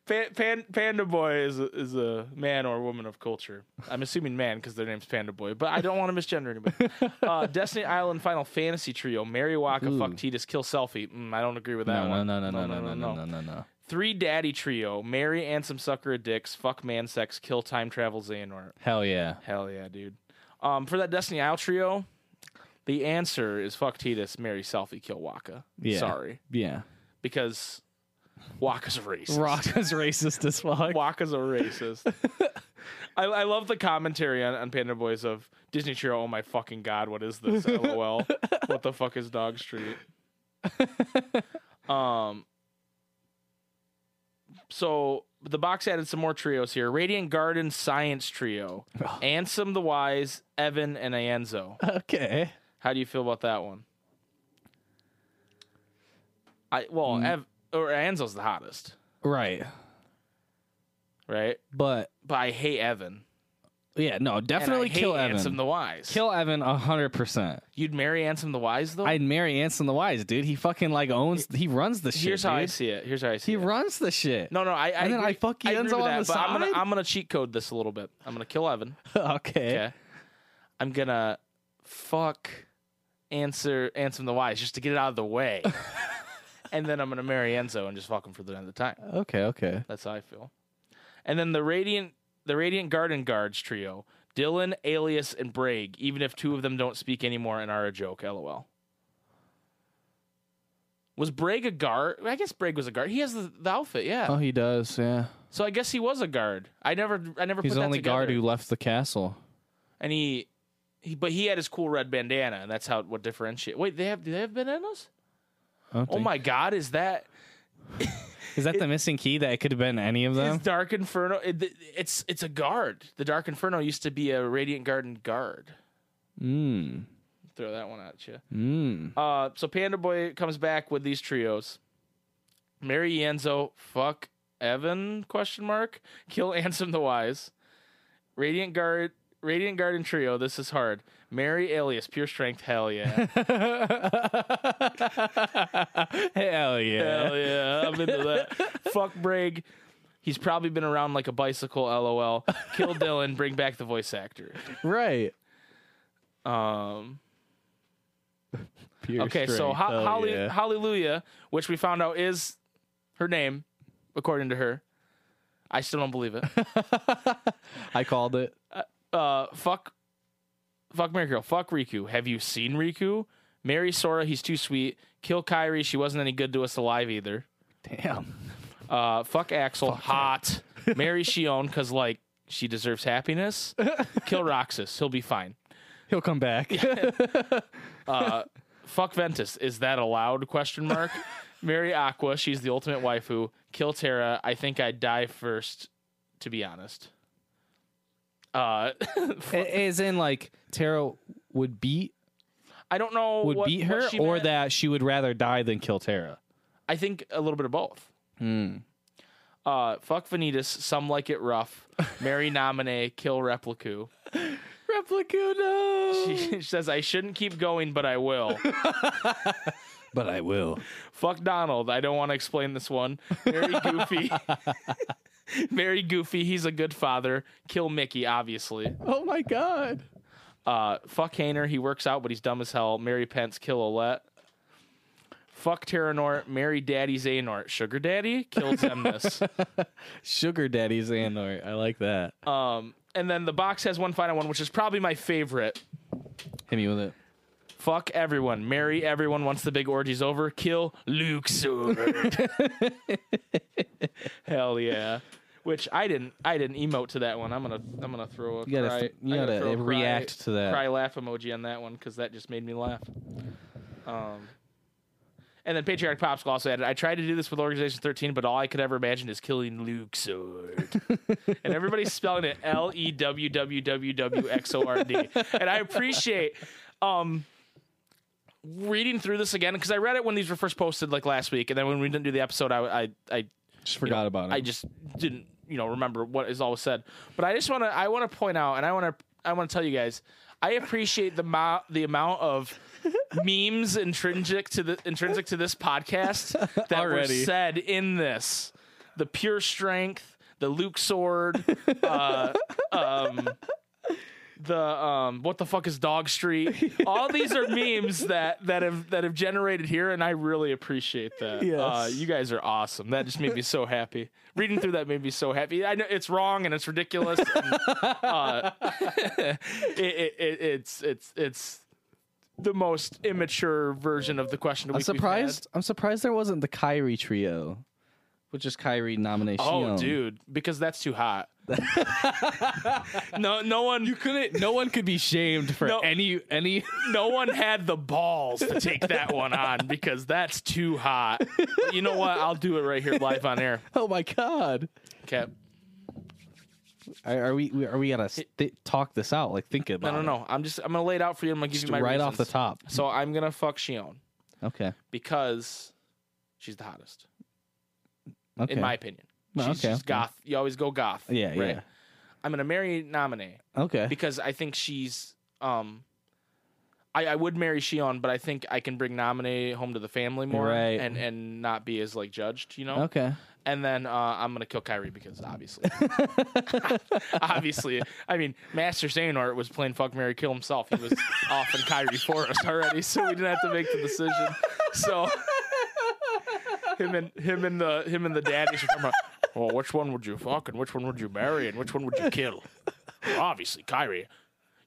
S2: Pan, pan, Panda Boy is a, is a man or woman of culture. I'm assuming man because their name's Panda Boy, but I don't want to misgender anybody. uh, Destiny Island Final Fantasy Trio, Mary Waka,
S4: Ooh.
S2: Fuck Titus, Kill Selfie. Mm, I don't agree with that
S4: No, no,
S2: one.
S4: no, no, no, no, no, no, no, no, no.
S2: Three Daddy Trio, Mary Ansem Sucker of Dicks, Fuck Man Sex, Kill Time Travel Xehanort.
S4: Hell yeah.
S2: Hell yeah, dude. Um, for that Destiny Isle Trio, the answer is Fuck Titus, Mary Selfie, Kill Waka.
S4: Yeah.
S2: Sorry.
S4: Yeah.
S2: Because Waka's a racist.
S3: Rocka's racist as fuck.
S2: Waka's a racist. I, I love the commentary on, on Panda Boys of Disney Trio. Oh my fucking god, what is this? LOL. what the fuck is Dog Street? um. So the box added some more trios here: Radiant Garden Science Trio, Ansem the Wise, Evan, and Ianzo.
S3: Okay.
S2: How do you feel about that one? I well, Ev, or Ianzo's the hottest,
S4: Right.
S2: right?
S4: But
S2: But I hate Evan.
S4: yeah,
S2: And
S4: no,
S2: I
S4: definitely kill
S2: hate
S4: Evan.
S2: Ansem the Wise.
S4: kill Evan a hundred percent.
S2: You'd marry Ansem the Wise though.
S4: I'd marry Anson the Wise, dude. He fucking like owns. He runs the shit.
S2: Here's how I
S4: dude.
S2: see it. Here's how I see
S4: He
S2: it.
S4: runs the shit.
S2: no, no, I, I
S4: And then
S2: agree-
S4: I fuck
S2: agree
S4: Yenzo
S2: with
S4: on
S2: that,
S4: the
S2: but I'm gonna
S4: side? Eh.
S2: I'm gonna cheat code this a little bit. I'm gonna kill Evan.
S4: okay.
S2: Okay. I'm gonna fuck answer Ansem the Wise just to get it out of the way. and then I'm gonna marry Enzo and just fuck him for the end of the time.
S4: Okay. Okay.
S2: That's how I feel. And then the Radiant the Radiant Garden Guards trio, Dylan, Alias, and Brag, even if two of them don't speak anymore and are a joke, lol. Was Brag a guard? I guess Brag was a guard. He has the, the outfit, yeah.
S4: Oh, he does. Yeah.
S2: So I guess he was a guard. I never I never
S4: He's
S2: put
S4: the
S2: that
S4: only
S2: together.
S4: guard who left the castle.
S2: and he, he but he had his cool red bandana and that's how what differentiate. Wait, they have do they have bandanas?
S4: I don't
S2: Oh
S4: think-
S2: my god, is that
S4: Is that the missing key? That it could have been any of
S2: is
S4: them.
S2: Dark Inferno it, it's it's a guard. The Dark Inferno used to be a Radiant Garden guard.
S4: Mm.
S2: throw that one at you.
S4: Mm.
S2: Uh, so Panda Boy comes back with these trios: marry Yenzo, fuck Evan? Question mark. Kill Ansem the Wise. Radiant Guard, Radiant Garden trio. This is hard. Marry Alias, pure strength. Hell yeah,
S4: Hell yeah.
S2: hell yeah. I'm into that. fuck Brig. He's probably been around like a bicycle. LOL. Kill Dylan. Bring back the voice actor.
S4: Right.
S2: Um.
S4: Pure
S2: okay, so
S4: strength.
S2: ho-
S4: Hell
S2: Holly-
S4: yeah.
S2: Hallelujah, which we found out is her name, according to her. I still don't believe it.
S4: I called it.
S2: uh, fuck, fuck Mary Girl. Fuck Riku. Have you seen Riku? Marry Sora. He's too sweet. Kill Kyrie. She wasn't any good to us alive either.
S4: Damn.
S2: Uh, fuck Axel. hot. Marry Shion because like she deserves happiness. Kill Roxas. He'll be fine.
S4: He'll come back.
S2: uh, fuck Ventus. Is that allowed? Question mark. Marry Aqua. She's the ultimate waifu. Kill Terra. I think I'd die first, to be honest. Uh,
S4: A- As in, like Tara would beat
S2: I don't know.
S4: would
S2: what-
S4: beat
S2: what
S4: her,
S2: she
S4: or
S2: meant.
S4: that she would rather die than kill Tara.
S2: I think a little bit of both.
S4: Hmm.
S2: Uh, fuck Vanitas. Some like it rough. Marry Nominee. Kill Replicu.
S4: Replicuno.
S2: She says I shouldn't keep going, but I will.
S4: But I will.
S2: fuck Donald. I don't want to explain this one. Marry Goofy. Very goofy. He's a good father. Kill Mickey, obviously.
S3: Oh my god.
S2: Uh, fuck Hainer. He works out, but he's dumb as hell. Mary Pence. Kill Olette. Fuck Terranort. Marry Daddy Xehanort. Sugar Daddy. Kill Zemnis.
S4: Sugar Daddy Xandor. I like that.
S2: um, and then the box has one final one, which is probably my favorite.
S4: Hit me with it.
S2: Fuck everyone. Marry everyone once the big orgy's over. Kill Luxor. Hell yeah. Which I didn't I didn't emote to that one. I'm gonna I'm gonna throw a
S4: You gotta
S2: cry,
S4: th- you
S2: I
S4: gotta
S2: throw a cry-
S4: react to that.
S2: cry laugh emoji on that one because that just made me laugh. Um and then Patriarch Popsicle also added, I tried to do this with Organization 13, but all I could ever imagine is killing Luxord. and everybody's spelling it L E W W W W X O R D. And I appreciate um reading through this again because I read it when these were first posted like last week, and then when we didn't do the episode, I I I,
S4: Just forgot about it.
S2: I just didn't you know remember what is always said. But I just want to I want to point out, and I want to I want to tell you guys, I appreciate the mo- the amount of memes intrinsic to the intrinsic to this podcast that
S4: Already.
S2: were said in this. The pure strength, the Luke sword, uh, um, the um what the fuck is dog street all these are memes that that have that have generated here and i really appreciate that uh, you guys are awesome that just made me so happy reading through that made me so happy i know it's wrong and it's ridiculous and, uh, it, it, it, it's it's it's the most immature version of the question
S4: I'm surprised. I'm surprised there wasn't the Kyrie trio, which is Kyrie nomination.
S2: oh dude because that's too hot no no one you couldn't
S4: No one could be shamed for
S2: No.
S4: any any.
S2: no one had the balls to take that one on because that's too hot. But you know what? I'll do it right here live on air.
S4: oh my god.
S2: Okay.
S4: Are, are we we- are we gotta sti talk this out? Like think about.
S2: No, no,
S4: it.
S2: no. I'm just I'm gonna lay it out for you. I'm gonna give
S4: Just
S2: you my
S4: right off the
S2: reasons.
S4: top.
S2: So I'm gonna fuck Shion
S4: Okay.
S2: because she's the hottest
S4: Okay.
S2: in my opinion.
S4: Well,
S2: she's,
S4: okay,
S2: she's
S4: okay.
S2: goth. You always go goth.
S4: Yeah,
S2: right?
S4: yeah.
S2: I'm gonna marry Nominee
S4: okay.
S2: because I think she's um. I, I would marry Shion, but I think I can bring Nominee home to the family more
S4: Right.
S2: and, and not be as like judged, you know?
S4: okay.
S2: And then uh, I'm gonna kill Kyrie because obviously, obviously, I mean, Master Xehanort was playing fuck Mary kill himself. He was off in Kyrie for us already, so we didn't have to make the decision. So him and him and the him and the daddies are talking about. Well, which one would you fuck and which one would you marry and which one would you kill? Well, obviously, Kyrie.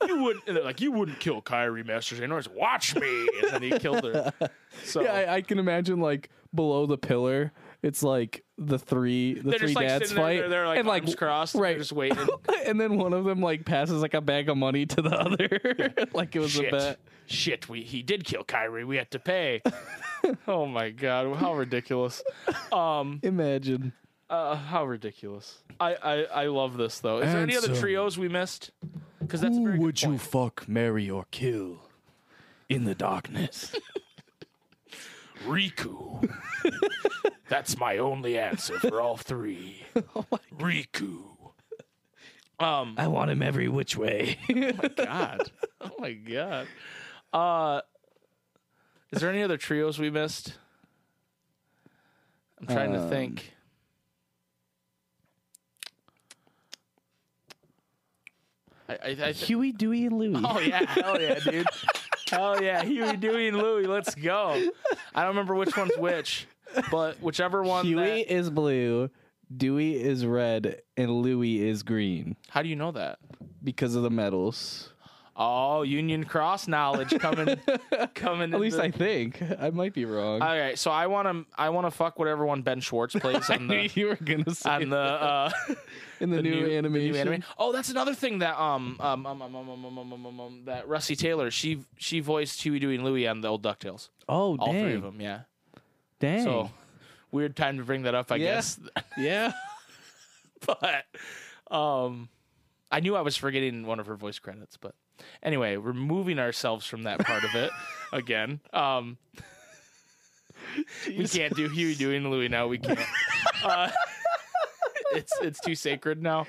S2: You wouldn't and they're like you wouldn't kill Kyrie Master Xehanort. It's, Watch me, and then he killed her. So
S3: Yeah, I, I can imagine like below the pillar, it's like the three the
S2: they're
S3: three
S2: just like
S3: dads
S2: sitting there,
S3: fight.
S2: they're, they're like
S3: and like
S2: arms crossed, right?
S3: right.
S2: They're just waiting.
S3: and then one of them like passes like a bag of money to the other. like it was a
S2: Shit.
S3: bet.
S2: Shit, we he did kill Kyrie. We had to pay. oh my god, how ridiculous. Um
S3: Imagine.
S2: uh, how ridiculous. I, I I love this though. Is there any other
S3: Handsome.
S2: trios we missed? Cuz that's a very good point.
S3: fuck, marry, or kill in the darkness?
S2: Riku. that's my only answer for all three. Riku. Um
S3: I want him every which way.
S2: god. Oh my god. Uh is there any other trios we missed? I'm trying
S4: Um,
S2: to think. I, I, I th-
S4: Huey, Dewey, and Louie.
S2: oh yeah, hell yeah, dude. hell yeah, Huey, Dewey, and Louie, let's go. I don't remember which one's which, but whichever one.
S4: Huey
S2: that-
S4: is blue, Dewey is red, and Louie is green
S2: how do you know that?
S4: because of the medals.
S2: Oh, Union Cross knowledge coming, coming.
S4: At least I think. I might be wrong.
S2: All right, so I want to I want to fuck whatever one Ben Schwartz plays on the
S4: you were gonna say
S2: on the uh,
S4: in the, new, animation.
S2: new anime. Oh, that's another thing that um um um um um, um, um, um, um, um, um, that Rusty Taylor she she voiced Huey Dewey and Louie on the old Ducktales.
S4: Oh,
S2: All
S4: dang,
S2: three of them, yeah.
S4: dang.
S2: So weird time to bring that up, I
S4: Yeah.
S2: guess.
S4: yeah.
S2: but um, I knew I was forgetting one of her voice credits. But anyway, removing ourselves from that part of it again. Um, we can't do Huey, Dewey, and Louie now. We can't. Uh, it's it's too sacred now.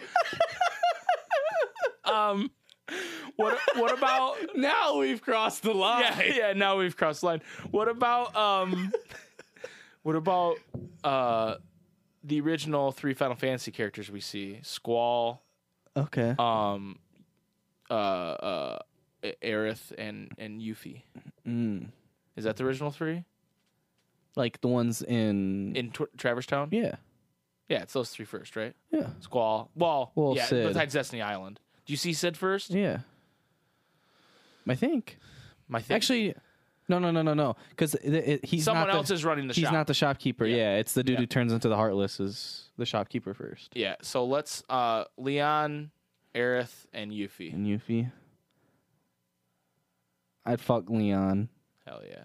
S2: Um, what what about
S4: Now we've crossed the line.
S2: yeah, yeah, now we've crossed the line. What about um what about uh the original three Final Fantasy characters we see: Squall,
S4: Okay.
S2: um, uh, uh, A- Aerith, and and Yuffie.
S4: Mm.
S2: Is that the original three
S4: Like the ones in.
S2: in Tw- Traverse Town?
S4: yeah.
S2: Yeah, it's those three first, right?
S4: Yeah.
S2: Squall. Well,
S4: Well,
S2: yeah,
S4: Sid.
S2: besides Destiny Island. Do you see Sid first?
S4: Yeah. I think.
S2: My thing.
S4: Actually, no, no, no, no, no. Because he's
S2: someone
S4: not the,
S2: else is running the
S4: He's
S2: shop.
S4: not the shopkeeper. Yeah, it's the dude who turns into the heartless is the shopkeeper first.
S2: yeah. So let's uh, Leon, Aerith, and Yuffie.
S4: And Yuffie. I'd fuck Leon.
S2: Hell yeah.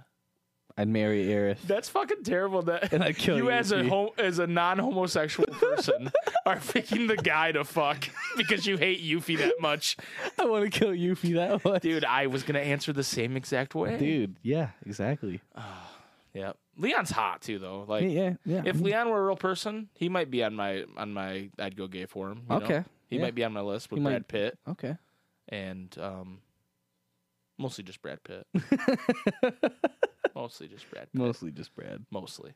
S4: I'd marry Aerith.
S2: That's fucking terrible. That
S4: And I'd kill
S2: you as a
S4: Yuffie.
S2: hom- as a non-homosexual person are picking the guy to fuck because you hate Yuffie that much,
S4: I want to kill Yuffie that way.
S2: dude. I was gonna answer the same exact way,
S4: Dude, yeah, exactly.
S2: Yeah, Leon's hot too, though. Like,
S4: Yeah, yeah.
S2: if Leon were a real person, he might be on my on my. I'd go gay for him. you know?
S4: Okay,
S2: he
S4: yeah.
S2: might be on my list with
S4: He might-
S2: Brad Pitt
S4: okay.
S2: and um, mostly just Brad Pitt. mostly just Brad. Pitt.
S4: Mostly just Brad.
S2: Mostly.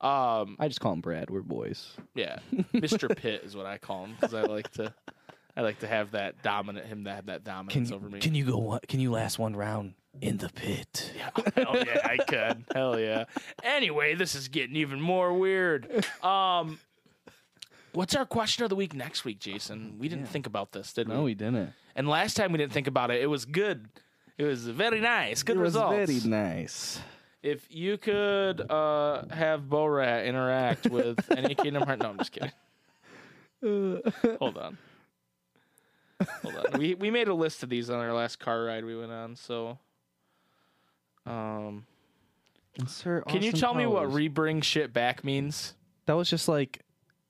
S2: Um,
S4: I just call him Brad. We're boys.
S2: Yeah, Mr. Pitt is what I call him because I like to, I like to have that dominant him to have that dominance over me.
S4: you go? One, can you last one round in the pit?
S2: Hell Oh, yeah, I could. Hell yeah. Anyway, this is getting even more weird. Um, what's our question of the week next week, Jason? We didn't think about this, did
S4: No,
S2: we?
S4: he didn't.
S2: And last time we didn't think about it. It was good. It was very nice. Good
S4: it was
S2: results.
S4: very nice.
S2: If you could uh, have Bo Rat interact with any Kingdom Hearts, no, I'm just kidding. Hold on. Hold on. We we made a list of these on our last car ride we went on. So, um,
S4: Insert
S2: can you
S4: Austin
S2: tell me what
S4: Powers.
S2: re bring shit back means?
S4: that was just like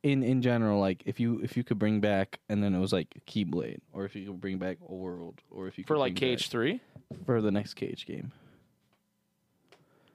S4: in in general like if you if you could bring back and then it was like Keyblade or if you could bring back a world or if you
S2: For
S4: could
S2: like
S4: bring
S2: Cage Three,
S4: back for the next cage game.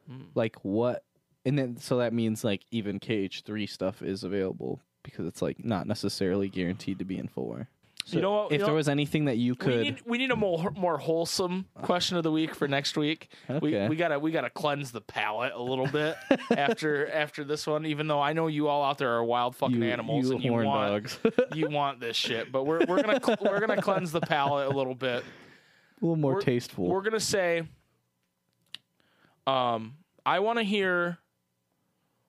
S2: Hmm.
S4: Like what and then so that means like even cage 3 stuff is available because it's like not necessarily guaranteed to be in 4. So
S2: know what-
S4: if
S2: you know-
S4: there was anything that you
S2: we
S4: could
S2: need we need a more more wholesome question of the week for next week.
S4: Okay.
S2: We we gotta we gotta cleanse the palate a little bit after after this one. Even though I know you all out there are wild fucking
S4: you,
S2: animals
S4: you
S2: and you
S4: horn
S2: want
S4: dogs.
S2: you want this shit, but we're we're gonna cl- we're gonna cleanse the palate a little bit.
S4: a little more
S2: We're-
S4: tasteful.
S2: We're gonna say, um, I want to hear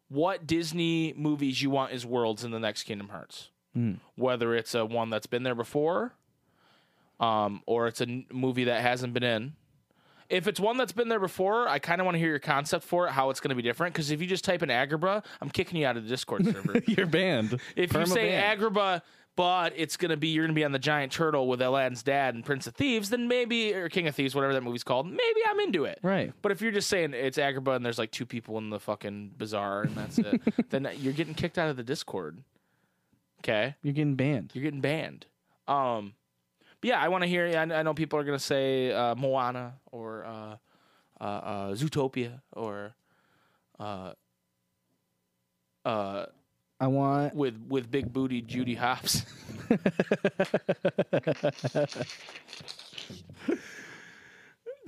S2: what Disney movies you want as worlds in the next Kingdom Hearts.
S4: Hmm.
S2: Whether it's a one that's been there before, um, or it's a n- movie that hasn't been in. If it's one that's been there before, I kind of want to hear your concept for it, how it's going to be different. Because if you just type in Agrabah, I'm kicking you out of the Discord server.
S4: You're banned.
S2: If you say
S4: Perma-banned.
S2: Agrabah, but it's gonna be you're gonna be on the giant turtle with Aladdin's dad and Prince of Thieves, then maybe or King of Thieves, whatever that movie's called, maybe I'm into it.
S4: Right.
S2: But if you're just saying it's Agrabah and there's like two people in the fucking bazaar and that's it, then you're getting kicked out of the Discord. Okay,
S4: You're getting banned.
S2: you're getting banned. Um, but yeah, I want to hear. I, I know people are gonna say uh, Moana or uh, uh, uh, Zootopia or uh, uh
S4: I want
S2: with with big booty Judy Hops.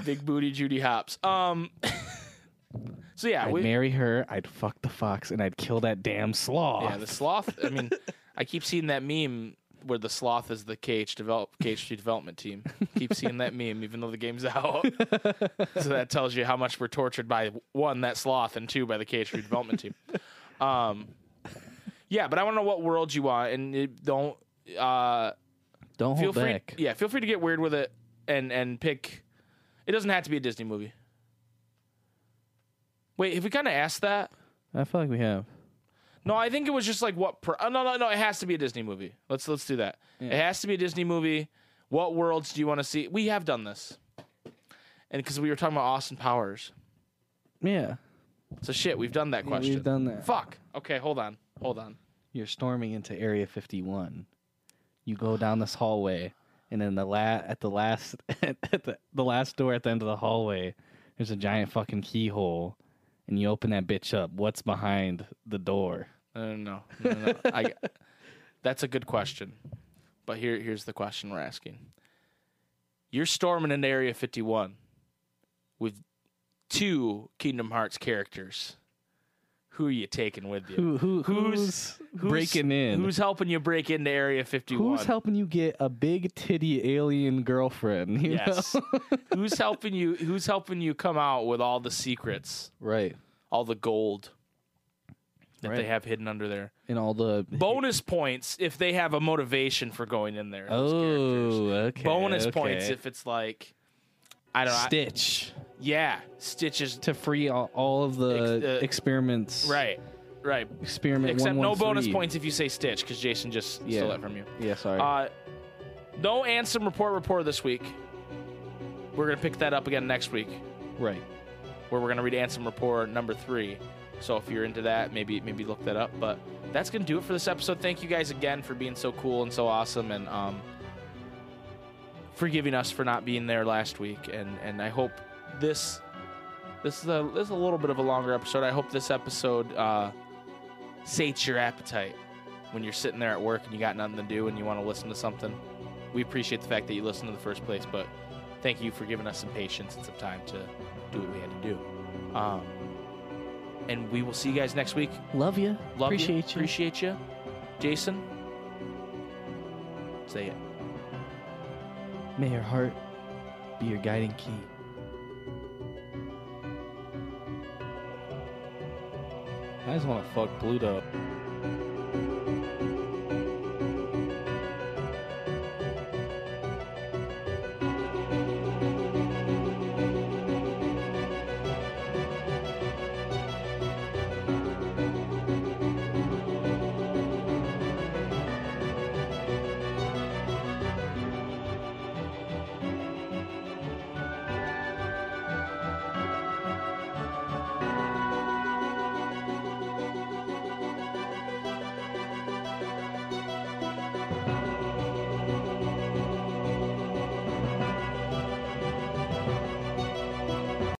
S2: big booty Judy Hops. Um. so yeah,
S4: I'd
S2: we,
S4: marry her. I'd fuck the fox, and I'd kill that damn sloth.
S2: yeah, the sloth. I mean, I keep seeing that meme where the sloth is the KH develop KH3 development team. Keep seeing that meme, even though the game's out. so that tells you how much we're tortured by one that sloth and two by the KH3 development team. Um, yeah, but I want to know what world you want, and it don't. Uh,
S4: Don't
S2: feel
S4: hold
S2: free.
S4: back.
S2: Yeah, feel free to get weird with it and and pick. It doesn't have to be a Disney movie. Wait, have we kind of asked that?
S4: I feel like we have.
S2: No, I think it was just like what. Pro- oh, no, no, no. It has to be a Disney movie. Let's let's do that. It has to be a Disney movie. What worlds do you want to see? We have done this, and because we were talking about Austin Powers,
S4: Yeah,
S2: so shit, we've done that question.
S4: we've done that.
S2: Fuck. Okay, hold on, hold on.
S4: You're storming into Area 51. You go down this hallway, and then the la- at the last at the, the last door at the end of the hallway, there's a giant fucking keyhole, and you open that bitch up. What's behind the door?
S2: No, no, no, no, no. I, that's a good question, but here, here's the question we're asking. You're storming into Area 51 with two Kingdom Hearts characters. who are you taking with you?
S4: Who, who,
S2: Who's-
S4: who's, breaking in?
S2: Who's helping you break into Area 51?
S4: Who's helping you get a big titty alien girlfriend? you know?
S2: Yes. who's helping you? Who's helping you come out with all the secrets,
S4: right.
S2: all the gold that they
S4: Right.
S2: have hidden under there?
S4: And all the
S2: Bonus points if they have a motivation for going in there. those characters.
S4: oh, okay.
S2: bonus
S4: okay.
S2: points if it's like, I don't know. I-
S4: Stitch
S2: yeah, stitches.
S4: to free all, all of the
S2: Ex- uh,
S4: experiments.
S2: Right, right.
S4: Experiment.
S2: Except no bonus
S4: 113.
S2: points if you say Stitch, because Jason just
S4: Yeah.
S2: stole that from you.
S4: Yeah, sorry.
S2: Uh, no Ansem report report this week. We're gonna pick that up again next week,
S4: right.
S2: where we're gonna read Ansem report number three. So if you're into that, maybe maybe look that up. But that's gonna do it for this episode. Thank you guys again for being so cool and so awesome, and um, forgiving us for not being there last week. And and I hope this this is a this is a little bit of a longer episode. I hope this episode uh, sates your appetite when you're sitting there at work and you got nothing to do and you want to listen to something. We appreciate the fact that you listened in the first place, but thank you for giving us some patience and some time to do what we had to do. Um, and we will see you guys next week.
S4: Love you.
S2: Love
S4: Appreciate you.
S2: Appreciate you, Jason. Say it.
S4: May your heart be your guiding key. I just want to fuck Pluto.